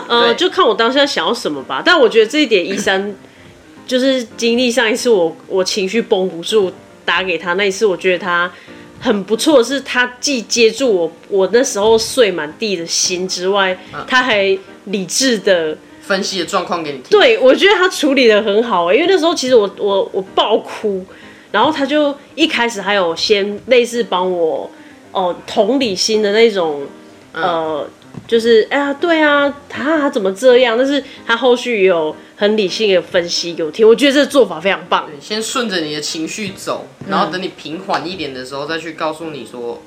[SPEAKER 4] 呃，
[SPEAKER 3] 对
[SPEAKER 4] 就看我当下想要什么吧。但我觉得这一点，一三就是经历上一次我我情绪绷不住打给他那一次，我觉得他很不错，是他既接住我我那时候睡满地的心之外，
[SPEAKER 1] 嗯
[SPEAKER 4] 他还理智的。
[SPEAKER 3] 分析的状况给你听。
[SPEAKER 4] 对，我觉得他处理的很好、欸，因为那时候其实我我我爆哭，然后他就一开始还有先类似帮我哦、同理心的那种呃，就是哎呀对啊，他他怎么这样？但是他后续也有很理性的分析给我听，我觉得这个做法非常棒。
[SPEAKER 3] 你先顺着你的情绪走，然后等你平缓一点的时候，再去告诉你说，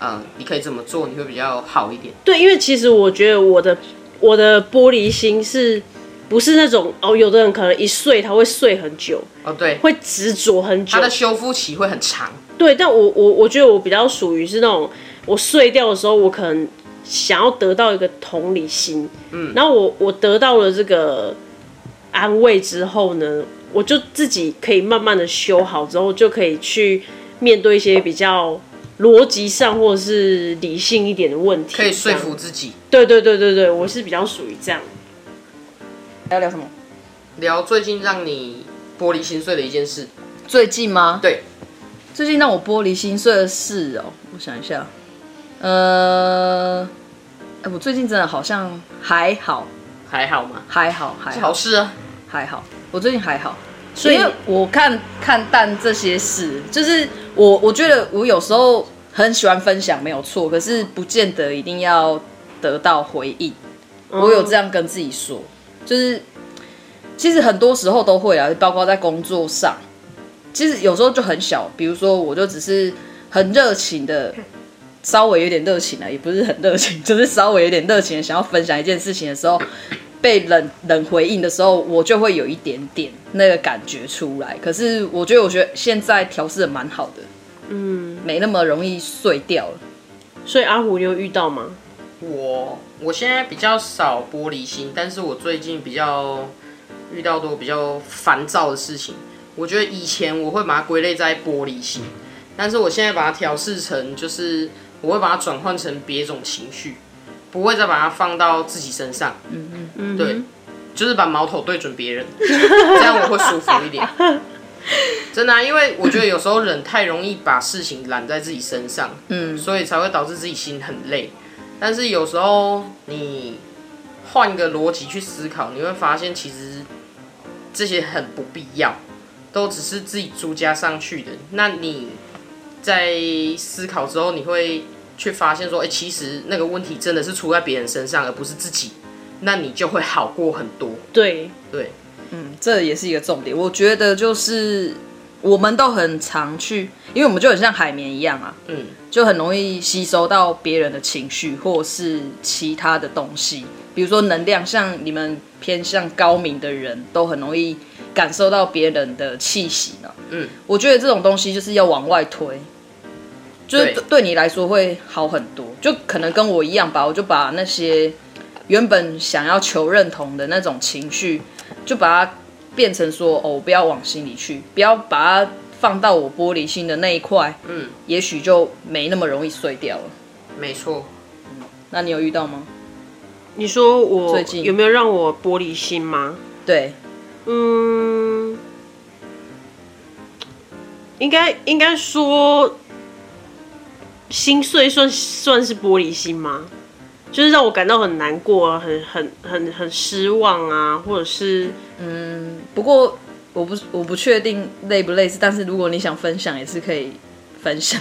[SPEAKER 3] 嗯，你可以怎么做，你会比较好一点。
[SPEAKER 4] 对，因为其实我觉得我的我的玻璃心是不是那种哦，有的人可能一睡他会睡很久，
[SPEAKER 3] 哦，对，
[SPEAKER 4] 会执着很久
[SPEAKER 3] 它，的修复期会很长。
[SPEAKER 4] 对，但我我我觉得我比较属于是那种，我睡掉的时候，我可能想要得到一个同理心，嗯，然后我我得到了这个安慰之后呢，我就自己可以慢慢的修好，之后就可以去面对一些比较逻辑上或者是理性一点的问题，
[SPEAKER 3] 可以
[SPEAKER 4] 这
[SPEAKER 3] 说
[SPEAKER 4] 样
[SPEAKER 3] 服。自己。
[SPEAKER 4] 对对对对对，我是比较属于这样。
[SPEAKER 1] 要聊什么？
[SPEAKER 3] 聊最近让你玻璃心碎的一件事，
[SPEAKER 1] 最近吗？
[SPEAKER 3] 对，
[SPEAKER 1] 最近让我玻璃心碎的事哦，我想一下，呃，哎我最近真的好像还好，
[SPEAKER 3] 还好吗？
[SPEAKER 1] 还好，还
[SPEAKER 3] 是
[SPEAKER 1] 好
[SPEAKER 3] 好，事啊。
[SPEAKER 1] 还好，我最近还好。
[SPEAKER 4] 所以
[SPEAKER 1] 因为我看看淡这些事，就是我我觉得我有时候很喜欢分享，没有错，可是不见得一定要得到回应。
[SPEAKER 4] 嗯
[SPEAKER 1] 我有这样跟自己说，就是其实很多时候都会啊，包括在工作上，其实有时候就很小，比如说我就只是很热情的，稍微有点热情啊，也不是很热情，就是稍微有点热情的想要分享一件事情的时候，被冷冷回应的时候，我就会有一点点那个感觉出来。可是我觉得，我觉得现在调试的蛮好的，嗯，没那么容易碎掉了。
[SPEAKER 4] 所以阿虎，你有遇到吗？
[SPEAKER 3] 我我现在比较少玻璃心，但是我最近比较遇到多比较烦躁的事情。我觉得以前我会把它归类在玻璃心，但是我现在把它调试成，就是我会把它转换成别种情绪，不会再把它放到自己身上。嗯嗯，对，就是把矛头对准别人，这样我会舒服一点。真的啊、因为我觉得有时候人太容易把事情揽在自己身上，嗯，所以才会导致自己心很累。但是有时候你换个逻辑去思考，你会发现其实这些很不必要，都只是自己附加上去的。那你在思考之后，你会去发现说，哎、其实那个问题真的是出在别人身上，而不是自己，那你就会好过很多。
[SPEAKER 4] 对，
[SPEAKER 3] 对，
[SPEAKER 1] 嗯，这也是一个重点。我觉得就是我们都很常去，因为我们就很像海绵一样啊，
[SPEAKER 3] 嗯，
[SPEAKER 1] 就很容易吸收到别人的情绪或是其他的东西，比如说能量，像你们偏向高明的人都很容易感受到别人的气息呢。
[SPEAKER 3] 嗯，
[SPEAKER 1] 我觉得这种东西就是要往外推，就是
[SPEAKER 3] 对
[SPEAKER 1] 对你来说会好很多，就可能跟我一样吧，我就把那些原本想要求认同的那种情绪，就把它变成说哦，我不要往心里去，不要把它放到我玻璃心的那一块，
[SPEAKER 3] 嗯，
[SPEAKER 1] 也许就没那么容易碎掉了。
[SPEAKER 3] 没错，
[SPEAKER 1] 那你有遇到吗？
[SPEAKER 4] 你说我
[SPEAKER 1] 最近
[SPEAKER 4] 有没有让我玻璃心吗？
[SPEAKER 1] 对，
[SPEAKER 4] 嗯，应该应该说，心碎算算是玻璃心吗？就是让我感到很难过、啊，很很很很失望啊，或者是
[SPEAKER 1] 不过我不我不确定类不类似，但是如果你想分享，也是可以分享。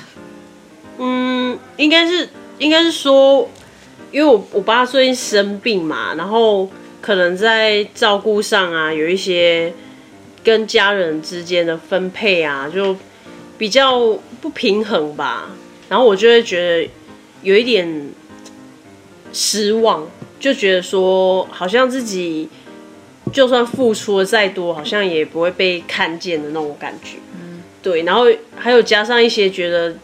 [SPEAKER 4] 嗯，应该是应该是说，因为我我爸最近生病嘛，然后可能在照顾上啊，有一些跟家人之间的分配啊，就比较不平衡吧。然后我就会觉得有一点失望，就觉得说好像自己就算付出的再多，好像也不会被看见的那种感觉。对，然后还有加上一些觉得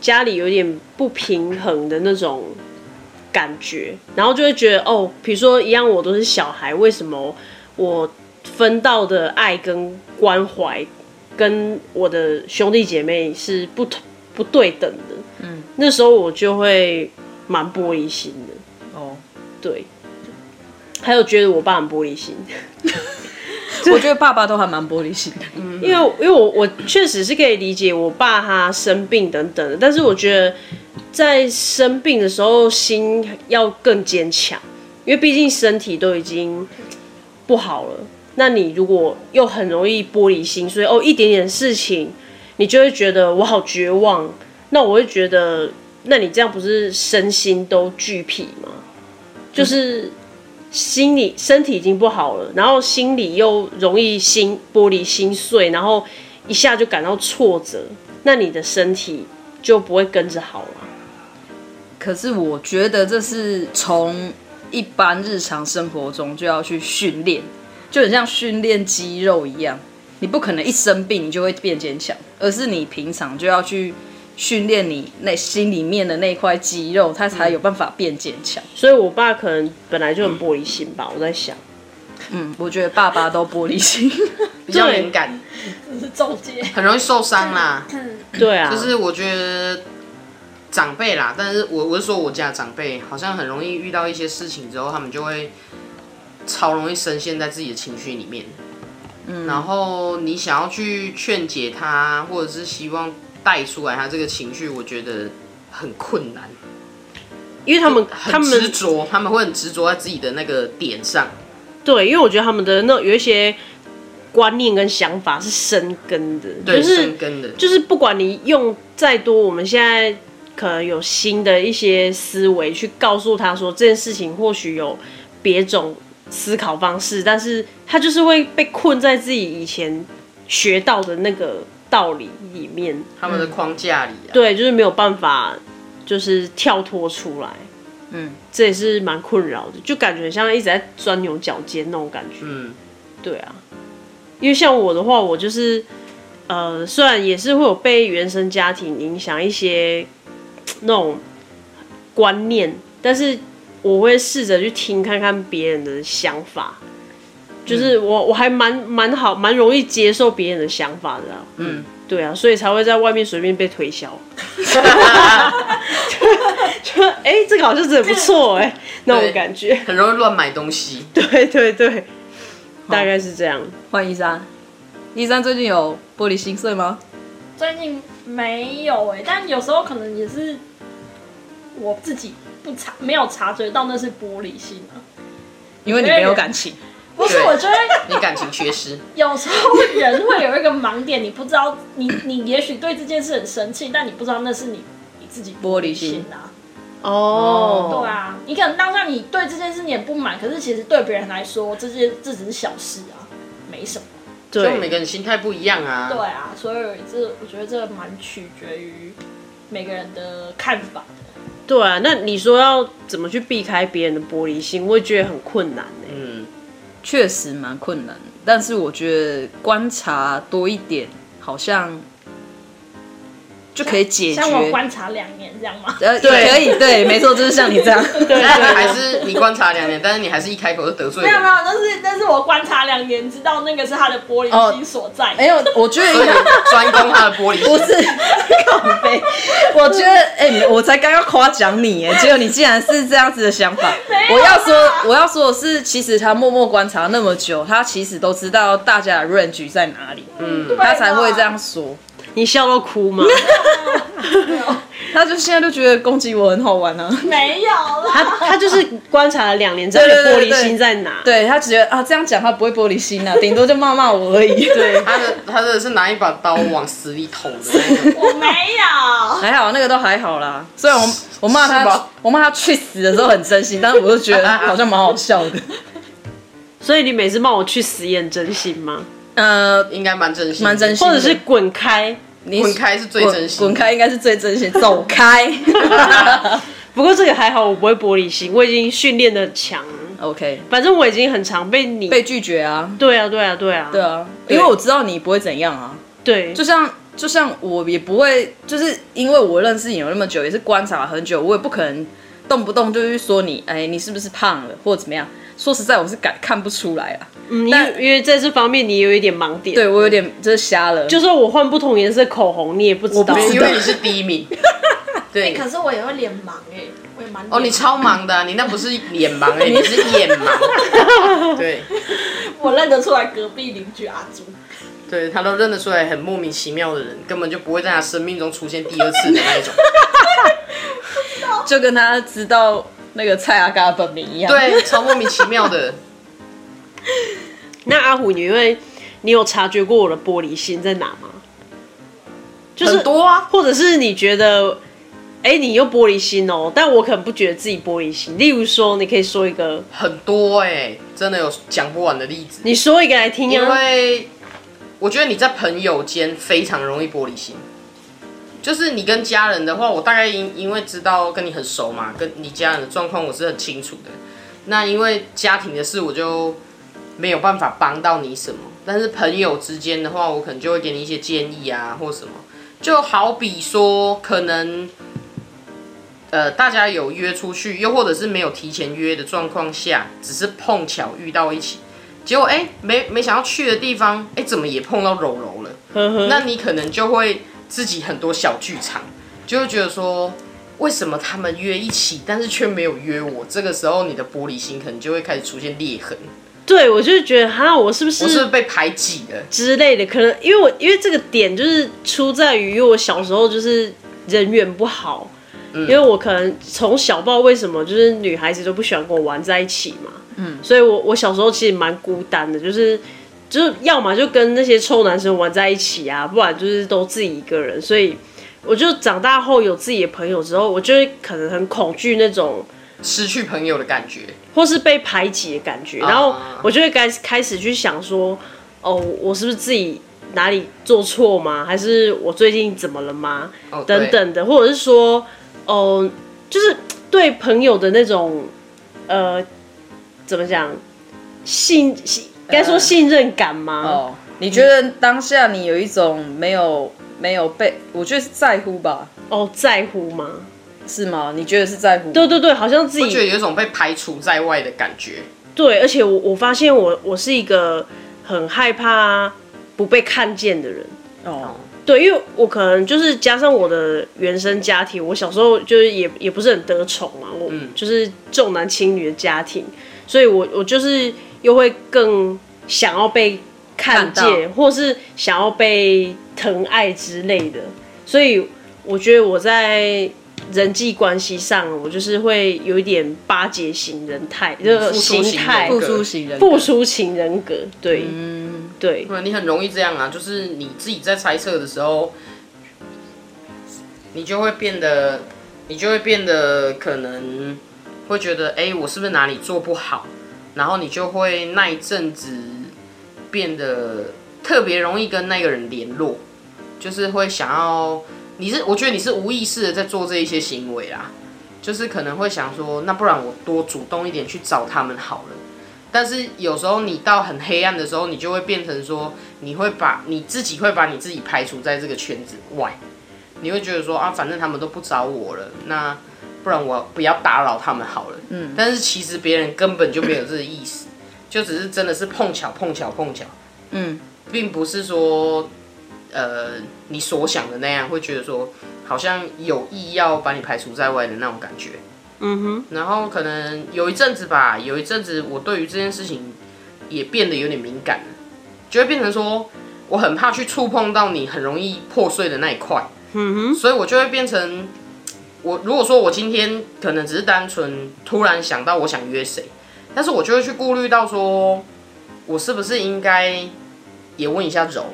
[SPEAKER 4] 家里有点不平衡的那种感觉，然后就会觉得哦，比如说一样，我都是小孩，为什么我分到的爱跟关怀跟我的兄弟姐妹是不同不对等的？嗯，那时候我就会蛮玻璃心的，
[SPEAKER 1] 哦，
[SPEAKER 4] 对，还有觉得我爸很玻璃心。
[SPEAKER 1] 我觉得爸爸都还蛮玻璃心的。
[SPEAKER 4] 因为因为我我确实是可以理解我爸他生病等等的，但是我觉得在生病的时候心要更坚强，因为毕竟身体都已经不好了。那你如果又很容易玻璃心，所以哦一点点事情，你就会觉得我好绝望。那我会觉得，那你这样不是身心都俱疲吗？就是。心理身体已经不好了，然后心里又容易心玻璃心碎，然后一下就感到挫折，那你的身体就不会跟着好了。
[SPEAKER 1] 可是我觉得这是从一般日常生活中就要去训练，就很像训练肌肉一样。你不可能一生病你就会变坚强，而是你平常就要去训练你那心里面的那块肌肉，它才有办法变坚强。
[SPEAKER 4] 所以我爸可能本来就很玻璃心吧，我在想，
[SPEAKER 1] 嗯，我觉得爸爸都玻璃心。
[SPEAKER 3] 比较敏感，
[SPEAKER 2] 这是周杰。
[SPEAKER 3] 很容易受伤啦。
[SPEAKER 4] 对
[SPEAKER 3] 嗯
[SPEAKER 4] 啊，
[SPEAKER 3] 就是我觉得长辈啦，但是我我是说我家的长辈好像很容易遇到一些事情之后，他们就会超容易深陷在自己的情绪里面。嗯，然后你想要去劝解他，或者是希望带出来他这个情绪，我觉得很困难，
[SPEAKER 4] 因为他们他
[SPEAKER 3] 很执
[SPEAKER 4] 们
[SPEAKER 3] 着，他们会很执着在自己的那个点上。
[SPEAKER 4] 对，因为我觉得他们的那有一些观念跟想法是深根的，
[SPEAKER 3] 对，
[SPEAKER 4] 就是
[SPEAKER 3] 生根的，
[SPEAKER 4] 就是不管你用再多，我们现在可能有新的一些思维去告诉他说这件事情或许有别种思考方式，但是他就是会被困在自己以前学到的那个道理里面，
[SPEAKER 3] 他们的框架里、啊。
[SPEAKER 4] 对，就是没有办法就是跳脱出来，
[SPEAKER 1] 嗯，
[SPEAKER 4] 这也是蛮困扰的，就感觉像一直在钻牛角尖那种感觉，
[SPEAKER 3] 嗯，
[SPEAKER 4] 对啊，因为像我的话，我就是呃，虽然也是会有被原生家庭影响一些那种观念，但是我会试着去听看看别人的想法。就是我我还蛮蛮好蛮容易接受别人的想法的、啊，嗯，对啊，所以才会在外面随便被推销， 就哎、这个好像真的不错哎、那种
[SPEAKER 3] 对
[SPEAKER 4] 感觉，
[SPEAKER 3] 很容易乱买东西。
[SPEAKER 4] 对对对，大概是这样。
[SPEAKER 1] 换一山，一山最近有玻璃心碎吗？
[SPEAKER 2] 最近没有哎、但有时候可能也是我自己不察没有察觉到那是玻璃心啊。
[SPEAKER 1] 因为你没有感情。
[SPEAKER 2] 不是，
[SPEAKER 3] 对
[SPEAKER 2] 我觉得
[SPEAKER 3] 你感情缺失，
[SPEAKER 2] 有时候人会有一个盲点，你不知道，你你也许对这件事很生气，但你不知道那是你你自己
[SPEAKER 1] 玻璃心
[SPEAKER 2] 心啊。
[SPEAKER 4] 哦，
[SPEAKER 2] 对，啊，你可能当下你对这件事你也不满，可是其实对别人来说，这件这只是小事啊。没什么。
[SPEAKER 3] 就每
[SPEAKER 4] 对，啊
[SPEAKER 3] 个人心态不一样啊。
[SPEAKER 2] 对啊，所以这我觉得这蛮取决于每个人的看法的。
[SPEAKER 4] 对啊。那你说要怎么去避开别人的玻璃心，我也觉得很困难欸呢、
[SPEAKER 3] 嗯，
[SPEAKER 1] 确实蛮困难，但是我觉得观察多一点，好像就可以解决
[SPEAKER 2] 像。我观察两年这样吗？
[SPEAKER 1] 呃，
[SPEAKER 4] 对
[SPEAKER 1] 可以，对，没错，就是像你这样。
[SPEAKER 4] 对
[SPEAKER 3] 那还是你观察两年，但是你还是一开口就得罪
[SPEAKER 2] 没有没
[SPEAKER 3] 人，
[SPEAKER 2] 有，但是但是我观察两年，知道那个是他的玻璃心所在。
[SPEAKER 1] 没有，我觉得应
[SPEAKER 3] 所以
[SPEAKER 1] 该
[SPEAKER 3] 你专攻他的玻璃
[SPEAKER 1] 不
[SPEAKER 3] 心。
[SPEAKER 1] 是 靠背，我觉得哎、我才刚刚夸奖你哎，结果你竟然是这样子的想法。我要说，我要说的是，其实他默默观察那么久，他其实都知道大家的 range 在哪里，
[SPEAKER 2] 啊
[SPEAKER 3] 嗯，
[SPEAKER 1] 他才会这样说。
[SPEAKER 4] 你笑到 哭吗？
[SPEAKER 1] 他就现在就觉得攻击我很好玩 啊。
[SPEAKER 2] 没有
[SPEAKER 4] 他
[SPEAKER 2] 啦，
[SPEAKER 4] 他就是观察了两年，知道你
[SPEAKER 1] 对对
[SPEAKER 4] 玻
[SPEAKER 1] 对
[SPEAKER 4] 璃
[SPEAKER 1] 对
[SPEAKER 4] 心在哪。
[SPEAKER 1] 对他觉得啊，这样讲他不会玻璃心啊，顶多就骂骂我而已。对，
[SPEAKER 3] 他的他真的是拿一把刀往死里捅的那种。
[SPEAKER 2] 我没有。
[SPEAKER 1] 还好那个都还好啦。虽然我我骂
[SPEAKER 3] 是
[SPEAKER 1] 他
[SPEAKER 3] 吧，
[SPEAKER 1] 我骂他去死的时候很真心，但是我就觉得好像蛮好笑的。
[SPEAKER 4] 所以你每次骂我去死也很真心吗？
[SPEAKER 1] 呃，
[SPEAKER 3] 应该蛮真心，
[SPEAKER 1] 蛮真心
[SPEAKER 4] 或
[SPEAKER 1] 的，
[SPEAKER 4] 者是滚开？
[SPEAKER 1] 你
[SPEAKER 3] 滚开是最真心的
[SPEAKER 1] 滚滚开应该是最真心，走 开。
[SPEAKER 4] 不过这个还好，我不会玻璃心，我已经训练的强了。
[SPEAKER 1] OK，
[SPEAKER 4] 反正我已经很常被你
[SPEAKER 1] 被拒绝啊，
[SPEAKER 4] 对啊，对啊，对啊，
[SPEAKER 1] 对啊，因为我知道你不会怎样啊，
[SPEAKER 4] 对，
[SPEAKER 1] 就像。就像我也不会，就是因为我认识你有那么久，也是观察了很久，我也不可能动不动就去说你，哎，你是不是胖了或者怎么样？说实在，我是感看不出来啊。
[SPEAKER 4] 嗯，因为
[SPEAKER 1] 但
[SPEAKER 4] 因为在这方面你有一点盲点，
[SPEAKER 1] 对，我有点就是瞎了，就
[SPEAKER 4] 就
[SPEAKER 1] 是
[SPEAKER 4] 我换不同颜色口红，你也不知道，
[SPEAKER 1] 我不知
[SPEAKER 3] 因
[SPEAKER 1] 道
[SPEAKER 3] 为你是第一名。对，
[SPEAKER 2] 可是我也会脸盲哎，我也蛮
[SPEAKER 3] 哦，你
[SPEAKER 2] 脸盲
[SPEAKER 3] 超忙的啊、你那不是脸 盲哎、你是眼盲。对，
[SPEAKER 2] 我认得出来隔壁邻居阿朱。
[SPEAKER 3] 对他都认得出来，很莫名其妙的人，根本就不会在他生命中出现第二次的那 一种。
[SPEAKER 1] 就跟他知道那个蔡阿嘎的本名一样。，
[SPEAKER 3] 对，超莫名其妙的。
[SPEAKER 4] 那阿虎，你会你有察觉过我的玻璃心在哪吗？就是
[SPEAKER 3] 很多啊，
[SPEAKER 4] 或者是你觉得，哎、你又玻璃心哦，但我可能不觉得自己玻璃心。例如说，你可以说一个，
[SPEAKER 3] 很多哎、真的有讲不完的例子。
[SPEAKER 4] 你说一个来听
[SPEAKER 3] 因
[SPEAKER 4] 啊。
[SPEAKER 3] 为我觉得你在朋友间非常容易玻璃心，就是你跟家人的话，我大概因因为知道跟你很熟嘛，跟你家人的状况我是很清楚的。那因为家庭的事，我就没有办法帮到你什么。但是朋友之间的话，我可能就会给你一些建议啊，或什么。就好比说，可能呃，大家有约出去，又或者是没有提前约的状况下，只是碰巧遇到一起，结果哎、没没想到去的地方，哎、怎么也碰到柔柔了？
[SPEAKER 4] 呵呵，
[SPEAKER 3] 那你可能就会自己很多小剧场，就会觉得说，为什么他们约一起，但是却没有约我？这个时候你的玻璃心可能就会开始出现裂痕，
[SPEAKER 4] 对我就是觉得，哈，我是不
[SPEAKER 3] 我是不是
[SPEAKER 4] 是
[SPEAKER 3] 被排挤了？
[SPEAKER 4] 之类的？可能因为我因为这个点就是出在于，因为我小时候就是人缘不好，因为我可能从小不知道为什么，就是女孩子都不喜欢跟我玩在一起嘛。嗯，所以我我小时候其实蛮孤单的，就是就是要么就跟那些臭男生玩在一起啊，不然就是都自己一个人。所以我就长大后有自己的朋友之后，我就会可能很恐惧那种
[SPEAKER 3] 失去朋友的感觉，
[SPEAKER 4] 或是被排挤的感觉，
[SPEAKER 3] 啊
[SPEAKER 4] 然后我就会开始开始去想说，哦，我是不是自己哪里做错吗？还是我最近怎么了吗？
[SPEAKER 3] 哦，对
[SPEAKER 4] 等，等的，或者是说，哦、就是对朋友的那种，呃，怎么讲，信信，该
[SPEAKER 3] 呃
[SPEAKER 4] 说信任感吗？
[SPEAKER 1] 哦，你觉得当下你有一种没有没有被，我觉得是在乎吧？
[SPEAKER 4] 哦，在乎吗？
[SPEAKER 1] 是吗？你觉得是在乎？
[SPEAKER 4] 对对对，好像自
[SPEAKER 3] 我觉得
[SPEAKER 4] 己
[SPEAKER 3] 有一种被排除在外的感觉。
[SPEAKER 4] 对，而且我我发现我我是一个很害怕不被看见的人。
[SPEAKER 1] 哦，
[SPEAKER 4] 对，因为我可能就是加上我的原生家庭，我小时候就是也也不是很得宠嘛，我
[SPEAKER 3] 嗯
[SPEAKER 4] 就是重男轻女的家庭，所以我我就是又会更想要被看
[SPEAKER 1] 看
[SPEAKER 4] 见，或是想要被疼爱之类的，所以我觉得我在人际关系上，我就是会有一点巴结型人态，就是
[SPEAKER 3] 嗯付出型
[SPEAKER 4] 形态
[SPEAKER 3] 人
[SPEAKER 1] 付
[SPEAKER 3] 格嗯
[SPEAKER 1] 出型人格
[SPEAKER 4] 付出型人格，对，对，
[SPEAKER 3] 对，你很容易这样啊，就是你自己在猜测的时候，你就会变得，你就会变得可能会觉得，哎、我是不是哪里做不好？然后你就会那一阵子变得特别容易跟那个人联络，就是会想要你是我觉得你是无意识的在做这一些行为啦，就是可能会想说，那不然我多主动一点去找他们好了。但是有时候你到很黑暗的时候，你就会变成说，你会把你自己会把你自己排除在这个圈子外，你会觉得说啊，反正他们都不找我了，那不然我不要打扰他们好了。嗯，但是其实别人根本就没有这个意思，就只是真的是碰巧碰巧碰巧，
[SPEAKER 1] 嗯，
[SPEAKER 3] 并不是说呃你所想的那样，会觉得说好像有意要把你排除在外的那种感觉。
[SPEAKER 4] 嗯哼，
[SPEAKER 3] 然后可能有一阵子吧，有一阵子我对于这件事情也变得有点敏感了，就会变成说我很怕去触碰到你很容易破碎的那一块，
[SPEAKER 4] 嗯
[SPEAKER 3] 所以我就会变成我如果说我今天可能只是单纯突然想到我想约谁，但是我就会去顾虑到说我是不是应该也问一下柔，
[SPEAKER 4] 哼，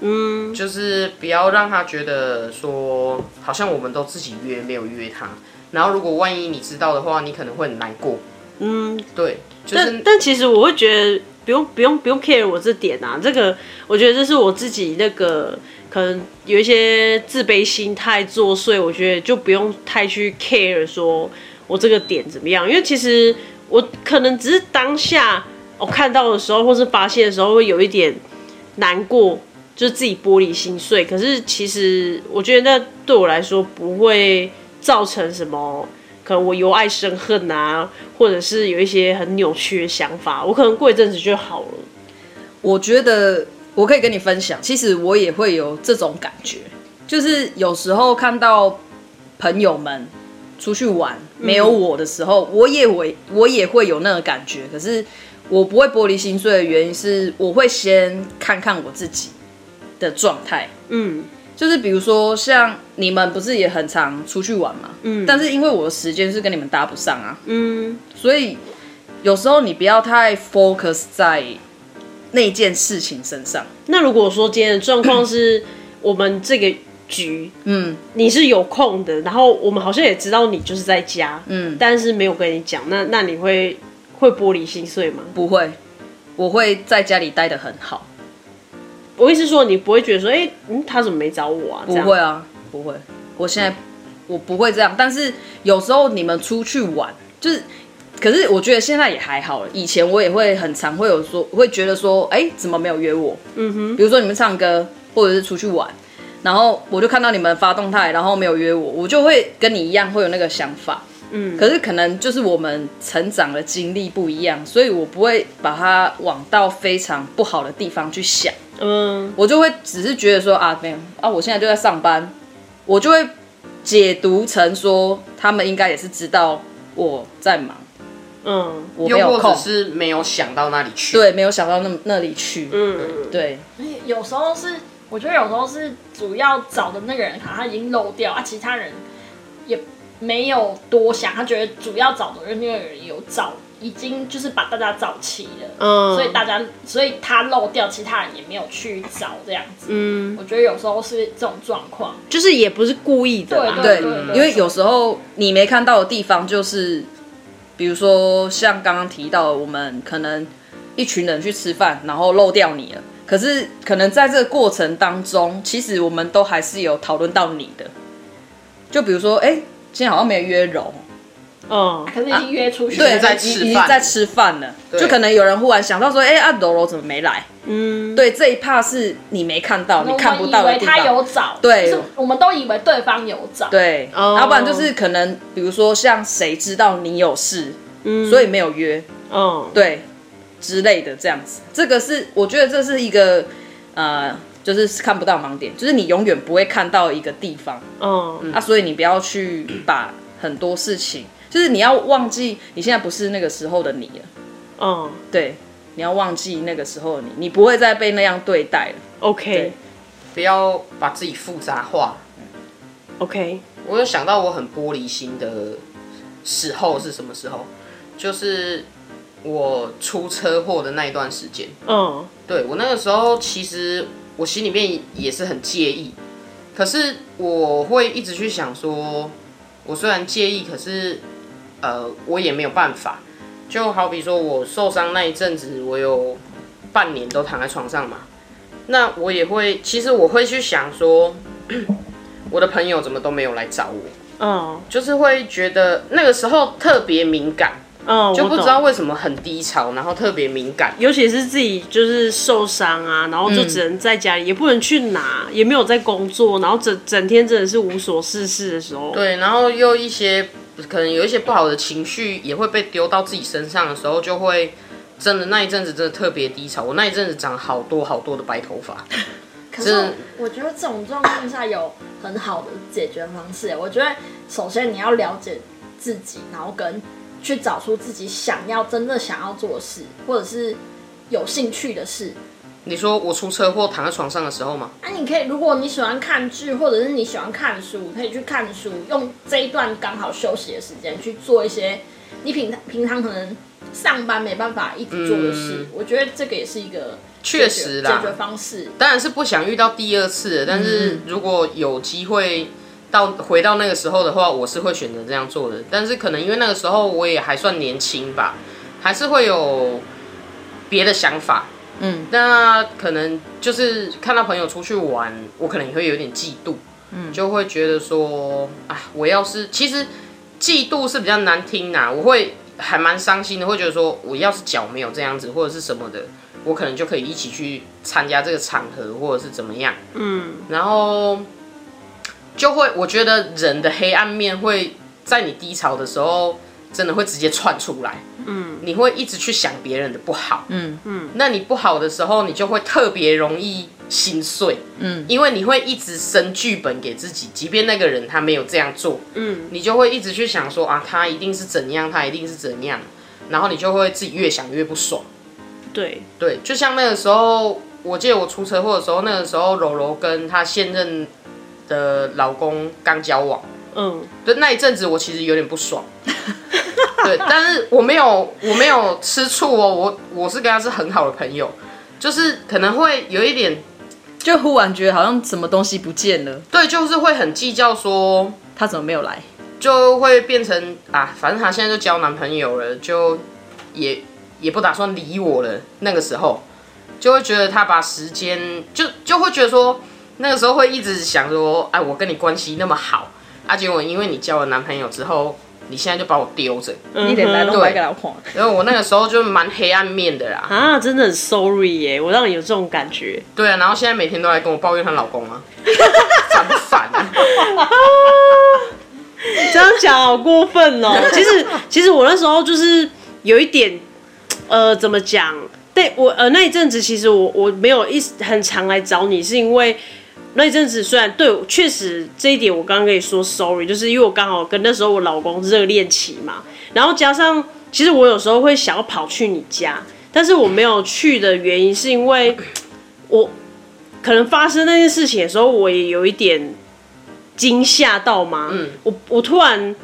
[SPEAKER 4] 嗯，
[SPEAKER 3] 就是不要让他觉得说好像我们都自己约没有约他，然后如果万一你知道的话，你可能会很难过。
[SPEAKER 4] 嗯，
[SPEAKER 3] 对，就
[SPEAKER 4] 但
[SPEAKER 3] 是
[SPEAKER 4] 但其实我会觉得不用不用不用 care 我这点啊，这个我觉得这是我自己那个可能有一些自卑心态作祟，我觉得就不用太去 care 说我这个点怎么样，因为其实我可能只是当下我看到的时候，或是发现的时候会有一点难过，就是自己玻璃心碎。可是其实我觉得那对我来说不会造成什么。可能我由爱生恨啊，或者是有一些很扭曲的想法，我可能过一阵子就好了。
[SPEAKER 1] 我觉得我可以跟你分享，其实我也会有这种感觉，就是有时候看到朋友们出去玩没有我的时候，我也会我也会有那个感觉，可是我不会玻璃心碎的原因是，我会先看看我自己的状态，
[SPEAKER 4] 嗯
[SPEAKER 1] 就是比如说像你们不是也很常出去玩嘛，嗯，但是因为我的时间是跟你们搭不上啊，
[SPEAKER 4] 嗯
[SPEAKER 1] 所以有时候你不要太 focus 在那件事情身上。
[SPEAKER 4] 那如果说今天的状况是我们这个局，
[SPEAKER 1] 嗯，
[SPEAKER 4] 你是有空的，然后我们好像也知道你就是在家，嗯，但是没有跟你讲，那那你会会玻璃心碎吗？
[SPEAKER 1] 不会，我会在家里待得很好。
[SPEAKER 4] 我意思说，你不会觉得说，哎、嗯，他怎么没找我啊？
[SPEAKER 1] 不会啊，嗯不会。我现在我不会这样，但是有时候你们出去玩，就是，可是我觉得现在也还好了。以前我也会很常会有说，会觉得说，哎、怎么没有约我？嗯哼。比如说你们唱歌，或者是出去玩，然后我就看到你们发动态，然后没有约我，我就会跟你一样会有那个想法。嗯，可是可能就是我们成长的经历不一样，所以我不会把它往到非常不好的地方去想。
[SPEAKER 4] 这样，嗯
[SPEAKER 1] 我就会只是觉得说啊，没有啊，我现在就在上班，我就会解读成说他们应该也是知道我在忙，
[SPEAKER 4] 嗯
[SPEAKER 1] 我没
[SPEAKER 3] 又
[SPEAKER 1] 有
[SPEAKER 3] 或
[SPEAKER 1] 空
[SPEAKER 3] 者，是没有想到那里去。
[SPEAKER 1] 对，没有想到那那里去，
[SPEAKER 4] 嗯，
[SPEAKER 1] 对，
[SPEAKER 2] 有时候是，我觉得有时候是主要找的那个人，可能他已经漏掉啊，其他人也没有多想，他觉得主要找的那个人有找，已经就是把大家找齐了，
[SPEAKER 4] 嗯
[SPEAKER 2] 所以大家，所以他漏掉，其他人也没有去找这样子。
[SPEAKER 4] 嗯，
[SPEAKER 2] 我觉得有时候是这种状况，
[SPEAKER 1] 啊
[SPEAKER 4] 就是也不是故意的啦，
[SPEAKER 2] 对
[SPEAKER 1] 对
[SPEAKER 2] 嗯，
[SPEAKER 1] 因为有时候你没看到的地方，就是比如说像刚刚提到的，我们可能一群人去吃饭，然后漏掉你了。可是，可能在这个过程当中，其实我们都还是有讨论到你的。就比如说，哎、今天好像没有约柔，
[SPEAKER 4] 嗯
[SPEAKER 2] 可是已经约出去了，
[SPEAKER 1] 对，
[SPEAKER 3] 在
[SPEAKER 1] 已
[SPEAKER 3] 吃
[SPEAKER 1] 已经
[SPEAKER 3] 饭
[SPEAKER 1] 在
[SPEAKER 3] 了
[SPEAKER 1] 吃饭了，
[SPEAKER 3] 对
[SPEAKER 1] 就可能有人忽然想到说，哎、啊，柔柔怎么没来？
[SPEAKER 4] 嗯，
[SPEAKER 1] 对，这一趴是你没看到，你
[SPEAKER 2] 我
[SPEAKER 1] 看不到
[SPEAKER 2] 们
[SPEAKER 1] 的
[SPEAKER 2] 以为
[SPEAKER 1] 地
[SPEAKER 2] 他
[SPEAKER 1] 方。
[SPEAKER 2] 有找，
[SPEAKER 1] 对
[SPEAKER 2] 就是我们都以为对方有找，
[SPEAKER 1] 对，要、
[SPEAKER 4] 哦
[SPEAKER 1] 不然就是可能，比如说像谁知道你有事，
[SPEAKER 4] 嗯
[SPEAKER 1] 所以没有约，
[SPEAKER 4] 嗯，
[SPEAKER 1] 对之类的这样子。这个是我觉得这是一个呃，就是看不到盲点，就是你永远不会看到一个地方。
[SPEAKER 4] 嗯
[SPEAKER 1] 啊，所以你不要去把很多事情，就是你要忘记你现在不是那个时候的你了。
[SPEAKER 4] 嗯
[SPEAKER 1] 对，你要忘记那个时候的你，你不会再被那样对待了。
[SPEAKER 4] ，OK
[SPEAKER 3] 不要把自己复杂化。
[SPEAKER 4] OK，
[SPEAKER 3] 我有想到我很玻璃心的时候是什么时候？就是我出车祸的那一段时间。
[SPEAKER 4] 嗯
[SPEAKER 3] 对我那个时候，其实我心里面也是很介意，可是我会一直去想说，我虽然介意，可是呃，我也没有办法。就好比说我受伤那一阵子，我有半年都躺在床上嘛，那我也会，其实我会去想说， 我的朋友怎么都没有来找我，
[SPEAKER 4] 嗯
[SPEAKER 3] 就是会觉得那个时候特别敏感，
[SPEAKER 4] 嗯，
[SPEAKER 3] 就
[SPEAKER 4] 我
[SPEAKER 3] 不知
[SPEAKER 4] 懂
[SPEAKER 3] 道为什么很低潮，然后特别敏感。
[SPEAKER 4] 尤其是自己就是受伤啊，然后
[SPEAKER 3] 嗯
[SPEAKER 4] 就只能在家里，也不能去哪，也没有在工作，然后整整天真的是无所事事的时候，
[SPEAKER 3] 对，然后又一些可能有一些不好的情绪也会被丢到自己身上的时候，就会真的那一阵子真的特别低潮。我那一阵子长好多好多的白头发，
[SPEAKER 2] 可
[SPEAKER 3] 这
[SPEAKER 2] 是我觉得这种状况下有很好的解决方式。欸我觉得首先你要了解自己，然后跟去找出自己想要真正想要做的事，或者是有兴趣的事。
[SPEAKER 3] 你说我出车祸躺在床上的时候嘛，
[SPEAKER 2] 那、你可以，如果你喜欢看剧，或者是你喜欢看书，可以去看书，用这一段刚好休息的时间去做一些你平平常可能上班没办法一直做的事。我觉得这个也是一个
[SPEAKER 3] 嗯确实啦
[SPEAKER 2] 解决方式。
[SPEAKER 3] 当然是不想遇到第二次的，但是如果有机会到回到那个时候的话，我是会选择这样做的。但是可能因为那个时候我也还算年轻吧，还是会有别的想法。
[SPEAKER 1] 嗯，
[SPEAKER 3] 那可能就是看到朋友出去玩，我可能也会有点嫉妒，嗯，就会觉得说，啊，我要是其实嫉妒是比较难听呐、我会还蛮伤心的，会觉得说我要是脚没有这样子或者是什么的，我可能就可以一起去参加这个场合或者是怎么样，
[SPEAKER 4] 嗯，
[SPEAKER 3] 然后就会我觉得人的黑暗面会在你低潮的时候真的会直接窜出来，嗯，你会一直去想别人的不好，
[SPEAKER 1] 嗯
[SPEAKER 3] 嗯，那你不好的时候，你就会特别容易心碎，嗯，因为你会一直生剧本给自己，即便那个人他没有这样做，嗯，你就会一直去想说啊，他一定是怎样，他一定是怎样，然后你就会自己越想越不爽。
[SPEAKER 4] 对，
[SPEAKER 3] 对，就像那个时候，我记得我出车祸的时候，那个时候柔柔跟她现任的老公刚交往，
[SPEAKER 4] 嗯，
[SPEAKER 3] 对那一阵子我其实有点不爽。对，但是我没有我没有吃醋哦，我我是跟她是很好的朋友，就是可能会有一点
[SPEAKER 1] 就忽然觉得好像什么东西不见了，
[SPEAKER 3] 对，就是会很计较说，
[SPEAKER 1] 他怎么没有来？
[SPEAKER 3] 就会变成啊，反正她现在就交男朋友了，就也也不打算理我了。那个时候就会觉得她把时间就就会觉得说，那个时候会一直想说，哎、我跟你关系那么好，啊，结果因为你交了男朋友之后，你现在就把我丢着。
[SPEAKER 1] 你连来都
[SPEAKER 3] 对
[SPEAKER 1] 白给他看。
[SPEAKER 3] 然后我那个时候就蛮黑暗面的啦，
[SPEAKER 4] 啊，真的很 sorry 耶，我让你有这种感 觉，
[SPEAKER 3] 对啊，然后现在每天都来跟我抱怨她老公啊，烦不烦啊？
[SPEAKER 4] 这样讲好过分哦、其实，其实我那时候就是有一点，呃，怎么讲？对我呃那一阵子，其实我我没有一很常来找你，是因为那一阵子虽然对我确实这一点我刚刚跟你说 sorry，就是因为我刚好跟那时候我老公热恋期嘛，然后加上其实我有时候会想要跑去你家，但是我没有去的原因是因为我可能发生那件事情的时候，我也有一点惊吓到嘛，嗯，我我突然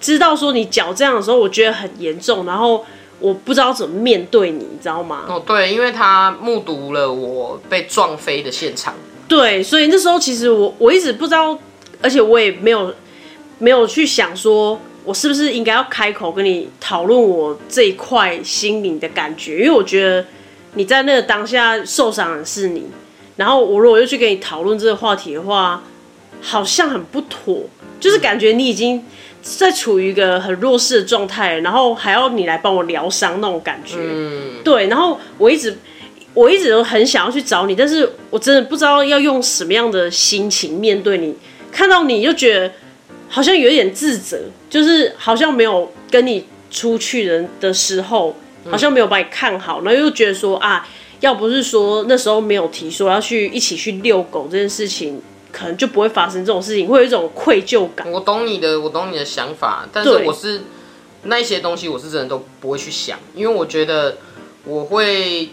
[SPEAKER 4] 知道说你脚这样的时候，我觉得很严重，然后我不知道怎么面对你，你知道吗？
[SPEAKER 3] 哦，对，因为她目睹了我被撞飞的现场，
[SPEAKER 4] 对，所以那时候其实我我一直不知道，而且我也没有没有去想说，我是不是应该要开口跟你讨论我这一块心灵的感觉，因为我觉得你在那个当下受伤的是你，然后我如果又去跟你讨论这个话题的话，好像很不妥，就是感觉你已经。在处于一个很弱势的状态，然后还要你来帮我疗伤那种感觉，
[SPEAKER 3] 嗯。
[SPEAKER 4] 对，然后我一直我一直都很想要去找你，但是我真的不知道要用什么样的心情面对你。看到你就觉得好像有一点自责，就是好像没有跟你出去的的时候，好像没有把你看好，然后又觉得说啊，要不是说那时候没有提说要去一起去遛狗这件事情，可能就不会发生这种事情，会有一种愧疚感。
[SPEAKER 3] 我懂你的，我懂你的想法，但是
[SPEAKER 4] 对
[SPEAKER 3] 我是那一些东西，我是真的都不会去想，因为我觉得我会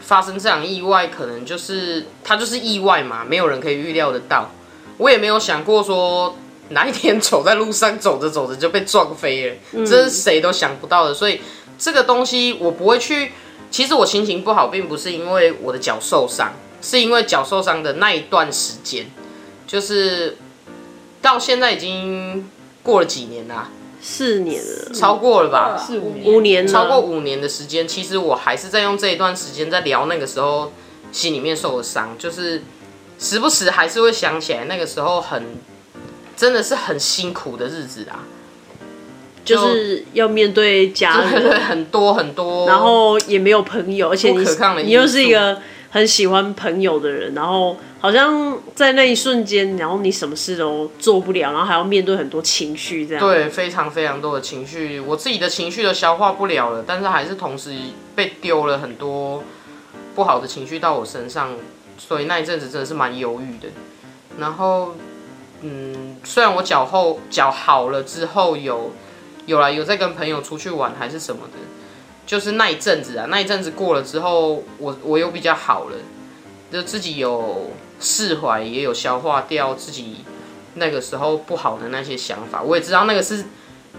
[SPEAKER 3] 发生这样意外，可能就是它就是意外嘛，没有人可以预料得到。我也没有想过说哪一天走在路上走着走着就被撞飞了，这是谁都想不到的。所以这个东西我不会去。其实我心情不好，并不是因为我的脚受伤，是因为脚受伤的那一段时间，就是到现在已经过了几年啦、
[SPEAKER 4] 四年了，
[SPEAKER 3] 超过了
[SPEAKER 2] 啊
[SPEAKER 3] 吧？
[SPEAKER 1] 四五年
[SPEAKER 4] 五年了，
[SPEAKER 3] 超过五年的时间，其实我还是在用这一段时间在聊那个时候心里面受的伤，就是时不时还是会想起来那个时候很真的是很辛苦的日子啊，
[SPEAKER 4] 就是要面对家
[SPEAKER 3] 对
[SPEAKER 4] 人，
[SPEAKER 3] 对，很多很多，
[SPEAKER 4] 啊然后也没有朋友，而且你
[SPEAKER 3] 不可抗的因素
[SPEAKER 4] 你又是一个很喜欢朋友的人，然后好像在那一瞬间，然后你什么事都做不了，然后还要面对很多情绪，这样
[SPEAKER 3] 对非常非常多的情绪，我自己的情绪都消化不了了，但是还是同时被丢了很多不好的情绪到我身上，所以那一阵子真的是蛮忧郁的。然后，嗯，虽然我脚后脚好了之后有有啦，有在跟朋友出去玩还是什么的，就是那一阵子啊，那一阵子过了之后，我我又比较好了，就自己有释怀，也有消化掉自己那个时候不好的那些想法。我也知道那个是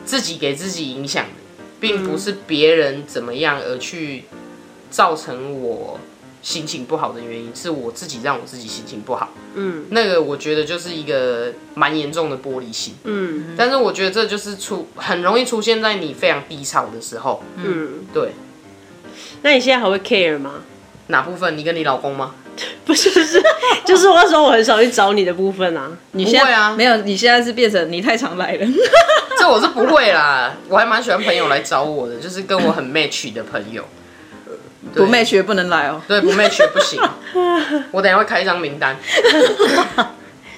[SPEAKER 3] 自己给自己影响的，并不是别人怎么样而去造成我心情不好的原因，是我自己让我自己心情不好。嗯，那个我觉得就是一个蛮严重的玻璃心。
[SPEAKER 4] 嗯
[SPEAKER 3] 但是我觉得这就是出很容易出现在你非常低潮的时候。
[SPEAKER 4] 嗯，
[SPEAKER 3] 对，
[SPEAKER 4] 那你现在还会 care 吗？
[SPEAKER 3] 哪部分？你跟你老公吗？
[SPEAKER 4] 不是，不是，就是我那时候我很少去找你的部分啊。
[SPEAKER 1] 你
[SPEAKER 3] 不
[SPEAKER 1] 现
[SPEAKER 3] 会
[SPEAKER 1] 在
[SPEAKER 3] 啊
[SPEAKER 1] 没有，你现在是变成你太常来了。
[SPEAKER 3] 这我是不会啦，我还蛮喜欢朋友来找我的，就是跟我很 match 的朋友。
[SPEAKER 1] 不
[SPEAKER 3] 对
[SPEAKER 1] match 也不能来哦。
[SPEAKER 3] 对，不 match 也不行。我等一下会开一张名单，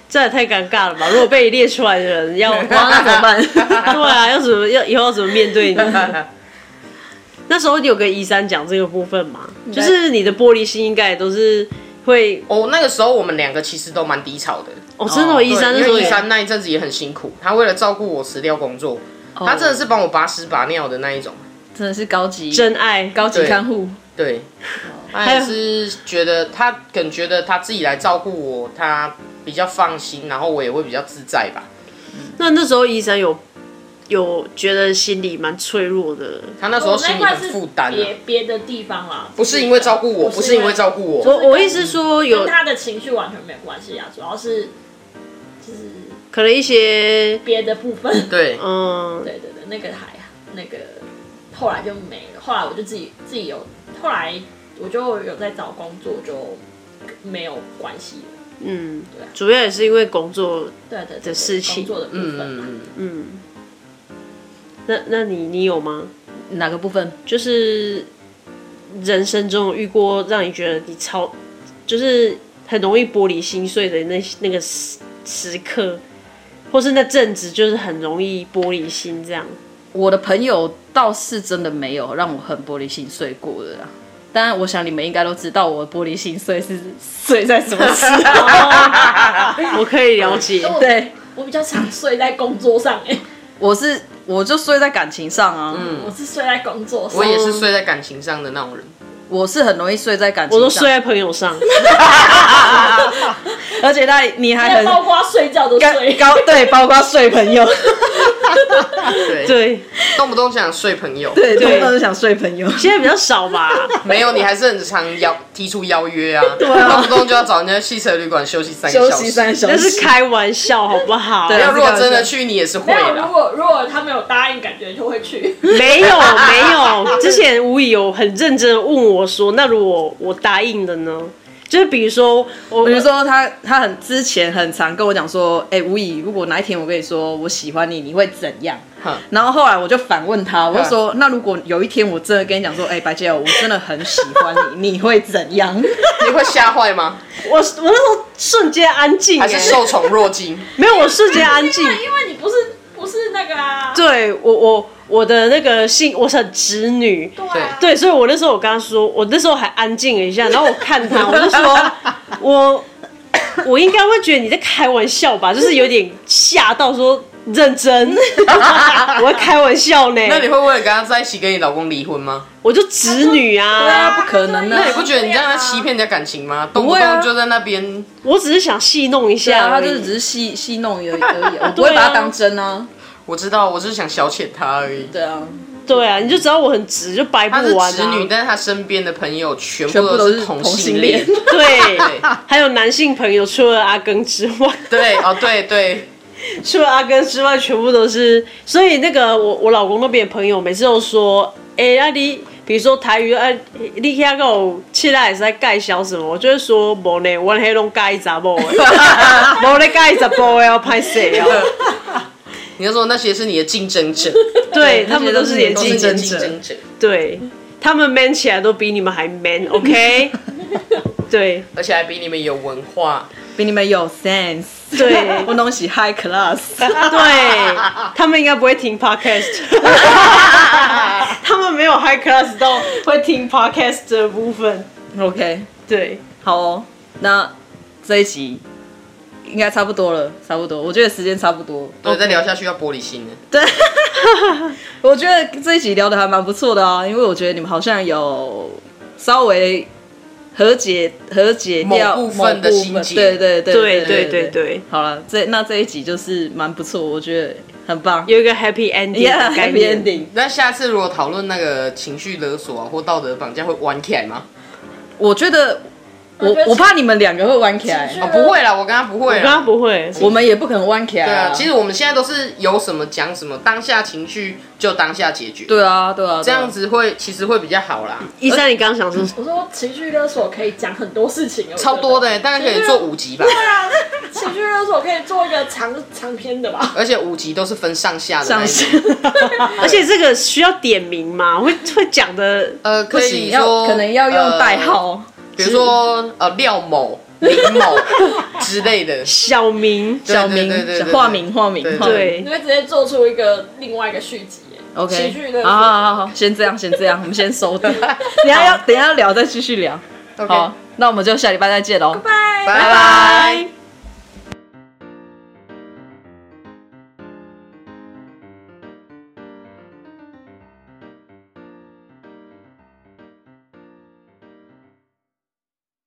[SPEAKER 4] 这也太尴尬了吧！如果被你列出来的人要，
[SPEAKER 1] 哇，那怎么办？
[SPEAKER 4] 对啊，要怎么要以后要怎么面对你？那时候你有跟医生讲这个部分嘛，
[SPEAKER 2] 嗯
[SPEAKER 4] 就是你的玻璃心应该也都是会
[SPEAKER 3] 哦，那个时候我们两个其实都蛮低潮的，
[SPEAKER 4] 哦，真的，我医生那
[SPEAKER 3] 对
[SPEAKER 4] 时
[SPEAKER 3] 因
[SPEAKER 4] 候
[SPEAKER 3] 为一
[SPEAKER 4] 也
[SPEAKER 3] 三那一阵子也很辛苦，他为了照顾我辞掉工作，他真的是帮我拔屎拔尿的那一种。
[SPEAKER 1] 真的是高级
[SPEAKER 4] 真爱
[SPEAKER 1] 高级
[SPEAKER 3] 对
[SPEAKER 1] 看护，
[SPEAKER 3] 对， 他也是觉得他可能觉得他自己来照顾我，他比较放心，然后我也会比较自在吧。
[SPEAKER 4] 那那时候医生有有觉得心里蛮脆弱的，
[SPEAKER 3] 他哦那时候
[SPEAKER 2] 我哦
[SPEAKER 3] 心
[SPEAKER 2] 那
[SPEAKER 3] 里
[SPEAKER 2] 块
[SPEAKER 3] 很
[SPEAKER 2] 是
[SPEAKER 3] 负担、
[SPEAKER 2] 别
[SPEAKER 3] 啊，
[SPEAKER 2] 别的地方啊啦，
[SPEAKER 3] 不是因为照顾我，不是因为照顾我，
[SPEAKER 4] 我我意思说有
[SPEAKER 2] 跟他的情绪完全没有关系啊，主要是就是
[SPEAKER 4] 可能一些
[SPEAKER 2] 别的部分。
[SPEAKER 3] 对，
[SPEAKER 4] 嗯
[SPEAKER 2] 对对对，那个还那个后来就没了，后来我就自己自己有，后来我就有在找工作，就没有关系了。
[SPEAKER 4] 嗯
[SPEAKER 2] 对啊，
[SPEAKER 4] 主要也是因为工作，
[SPEAKER 2] 对对对
[SPEAKER 4] 的事情
[SPEAKER 2] 工作的部
[SPEAKER 3] 嗯
[SPEAKER 2] 分啊
[SPEAKER 3] 嗯
[SPEAKER 2] 嘛。
[SPEAKER 3] 嗯。
[SPEAKER 4] 嗯，那那你你有吗？
[SPEAKER 1] 哪个部分？
[SPEAKER 4] 就是人生中有遇过让你觉得你超就是很容易玻璃心碎的那那个时时刻，或是那阵子就是很容易玻璃心这样。
[SPEAKER 1] 我的朋友倒是真的没有让我很玻璃心碎过的啦。当然，我想你们应该都知道我的玻璃心碎是 碎在什么时 候。
[SPEAKER 3] 嗯
[SPEAKER 4] 我可以了解，
[SPEAKER 2] 哦我
[SPEAKER 1] 对，
[SPEAKER 2] 我比较常睡在工作上、哎，
[SPEAKER 1] 我是我就睡在感情上啊，
[SPEAKER 2] 我是睡在工作上
[SPEAKER 3] 嗯我。也是睡在感情上的那种人，
[SPEAKER 1] 我是很容易睡在感情上，
[SPEAKER 4] 我都睡在朋友上，
[SPEAKER 1] 而且他你还
[SPEAKER 2] 还
[SPEAKER 1] 很
[SPEAKER 2] 有包括睡觉都
[SPEAKER 1] 高
[SPEAKER 2] 睡，
[SPEAKER 1] 高对，包括睡朋友，
[SPEAKER 3] 对，
[SPEAKER 4] 对，
[SPEAKER 3] 动不动想睡朋友，
[SPEAKER 1] 对，
[SPEAKER 4] 对
[SPEAKER 1] 对，都想睡朋友。
[SPEAKER 4] 现在比较少 吧。
[SPEAKER 3] 没有你还是很常邀提出邀约啊，
[SPEAKER 1] 啊
[SPEAKER 3] 动不动就要找人家汽车旅馆休息三个
[SPEAKER 1] 休
[SPEAKER 3] 小
[SPEAKER 1] 息
[SPEAKER 3] 时，
[SPEAKER 1] 三小时，
[SPEAKER 4] 那是开玩笑，好不好？
[SPEAKER 1] 对
[SPEAKER 3] 要如果真的去，你也是会
[SPEAKER 2] 没有，如
[SPEAKER 3] 啦。
[SPEAKER 2] 果如果他没有答应，感觉就会去。
[SPEAKER 4] 没有没有，之前吴以有很认真地问我说：“那如果我答应了呢？”就是比如说，我
[SPEAKER 1] 比如说他他很之前很常跟我讲说，哎、吴以，如果哪一天我跟你说我喜欢你，你会怎样
[SPEAKER 3] 哼？
[SPEAKER 1] 然后后来我就反问他，我就说，那如果有一天我真的跟你讲说，哎、白姐，我真的很喜欢你，你会怎样？
[SPEAKER 3] 你会吓坏吗？
[SPEAKER 4] 我我那时候瞬间安静、
[SPEAKER 3] 还是
[SPEAKER 4] 欸，
[SPEAKER 3] 受宠若惊？
[SPEAKER 4] 没有，我瞬间安静
[SPEAKER 2] 因。为因为你不是不是那个啊，
[SPEAKER 4] 对我我我的那个性，我是很直女，
[SPEAKER 2] 对啊，
[SPEAKER 4] 对，所以我那时候我跟他说，我那时候还安静了一下，然后我看他，我 就说，我我应该会觉得你在开玩笑吧，就是有点吓到说认真， 我在开玩笑呢，
[SPEAKER 3] 那你会为了跟他在一起，跟你老公离婚吗？
[SPEAKER 4] 我就直女
[SPEAKER 1] 对啊
[SPEAKER 4] 啊，
[SPEAKER 1] 不可能啊
[SPEAKER 2] 哎
[SPEAKER 3] 那你不觉得你这样在欺骗人家感情吗？动不
[SPEAKER 1] 会啊
[SPEAKER 3] 动就在那边，
[SPEAKER 4] 我只是想戏弄一
[SPEAKER 1] 对
[SPEAKER 4] 下
[SPEAKER 1] 啊，他
[SPEAKER 4] 而已，
[SPEAKER 1] 就是只是戏戏弄而已，而已我不会把他当真啊。
[SPEAKER 3] 我知道，我就是想消遣他而已。
[SPEAKER 1] 对啊，
[SPEAKER 4] 对啊，你就知道我很直，就掰不
[SPEAKER 3] 他是
[SPEAKER 4] 完
[SPEAKER 3] 直女，
[SPEAKER 4] 啊，
[SPEAKER 3] 但是他身边的朋友全部
[SPEAKER 1] 全部
[SPEAKER 3] 都
[SPEAKER 1] 都是
[SPEAKER 3] 是
[SPEAKER 1] 同
[SPEAKER 3] 同
[SPEAKER 1] 性
[SPEAKER 3] 性
[SPEAKER 1] 恋
[SPEAKER 3] 恋。。
[SPEAKER 4] 对，
[SPEAKER 3] 对
[SPEAKER 4] 还有男性朋友除了阿庚之外，
[SPEAKER 3] 对，哦，对对，
[SPEAKER 4] 除了阿根之外，全部都是。所以那个我我老公那边的朋友每次都说，哎、阿、啊、你比如说台语，啊，你听个我现在也是在介绍什么，我就会说无呢，我黑拢介查某的， 无咧介查甫的，我拍谁啊？
[SPEAKER 3] 你要说那些是你的竞争者，
[SPEAKER 4] 对他们都是年
[SPEAKER 3] 都是
[SPEAKER 4] 纪
[SPEAKER 3] 你的
[SPEAKER 4] 增
[SPEAKER 3] 竞
[SPEAKER 4] 长，
[SPEAKER 3] 争者，
[SPEAKER 4] 对他们 man 起来都比你们还 man，OK？、对
[SPEAKER 3] 而且还比你们有文化。
[SPEAKER 1] 比你们有 sense，
[SPEAKER 4] 对
[SPEAKER 1] 我东西 high class，
[SPEAKER 4] 对，他们应该不会 听 podcast，他们没有 high class 到会听 podcast 的部分。
[SPEAKER 1] OK，
[SPEAKER 4] 对，
[SPEAKER 1] 好哦，那这一集应该差不多了，差不多，我觉得时间差不多。
[SPEAKER 3] 对，再聊下去要玻璃心了。
[SPEAKER 1] 我觉得这一集聊的还蛮不错的啊，因为我觉得你们好像有稍微和解和解掉
[SPEAKER 3] 某部分的
[SPEAKER 1] 某部
[SPEAKER 3] 心
[SPEAKER 1] 分
[SPEAKER 3] 结
[SPEAKER 1] 对对对
[SPEAKER 4] 对
[SPEAKER 1] 对
[SPEAKER 4] 对对对
[SPEAKER 1] 好了，这那这一集就是蛮不错，我觉得很棒。
[SPEAKER 4] 有一个 happy ending 的
[SPEAKER 1] Yeah,
[SPEAKER 4] 概
[SPEAKER 1] happy
[SPEAKER 4] 念。
[SPEAKER 1] ending。
[SPEAKER 3] 那下次如果讨论那个情绪勒索啊或道德绑架，会玩起来吗？
[SPEAKER 1] 我觉得我
[SPEAKER 2] 我觉得
[SPEAKER 1] 我怕你们两个会弯起来
[SPEAKER 2] 情，绪
[SPEAKER 3] 哦，不会啦，我跟他不会啊
[SPEAKER 4] 我刚
[SPEAKER 3] 啦
[SPEAKER 4] 刚。不会，
[SPEAKER 1] 我们也不可能弯起来、
[SPEAKER 3] 对啊，其
[SPEAKER 1] 实
[SPEAKER 3] 实我们现在都是有什么讲什么，当下情绪就当下解决。，
[SPEAKER 1] 对啊对啊，
[SPEAKER 3] 这样子会其实会比较好啦，
[SPEAKER 4] 医生，你刚刚想说什么？
[SPEAKER 2] 我说情绪勒索可以讲很多事情，我觉得啊
[SPEAKER 3] 超多。的，欸大概可以做五集吧，
[SPEAKER 2] 情绪勒索可以做一个长长篇的吧？
[SPEAKER 3] 而且五集都是分上下的那
[SPEAKER 1] 上
[SPEAKER 3] 一
[SPEAKER 1] 下
[SPEAKER 3] 种。
[SPEAKER 4] 而且这个需要点名吗？会会讲的
[SPEAKER 3] 呃，可
[SPEAKER 1] 不
[SPEAKER 3] 以
[SPEAKER 1] 行，
[SPEAKER 3] 说
[SPEAKER 1] 要可能要用代号，
[SPEAKER 3] 呃比如说呃廖某、林某之类 的。
[SPEAKER 4] 小明，
[SPEAKER 1] 小
[SPEAKER 3] 呃对
[SPEAKER 1] 名
[SPEAKER 3] 对对对对
[SPEAKER 1] 化名化名
[SPEAKER 3] 对对
[SPEAKER 1] 化名。
[SPEAKER 4] 对
[SPEAKER 2] 你，会直接做出一个另外一个续集耶
[SPEAKER 1] OK，
[SPEAKER 2] 情绪勒
[SPEAKER 1] 好
[SPEAKER 3] 啊
[SPEAKER 2] 索。
[SPEAKER 1] 好好好，先这样，先这样，我们先收 掉。等一下要等一下要聊，再继续聊。
[SPEAKER 3] OK，
[SPEAKER 1] 好，那我们就下礼拜再见喽，
[SPEAKER 2] 拜
[SPEAKER 3] 拜
[SPEAKER 1] 拜
[SPEAKER 3] 拜。
[SPEAKER 1] 拜。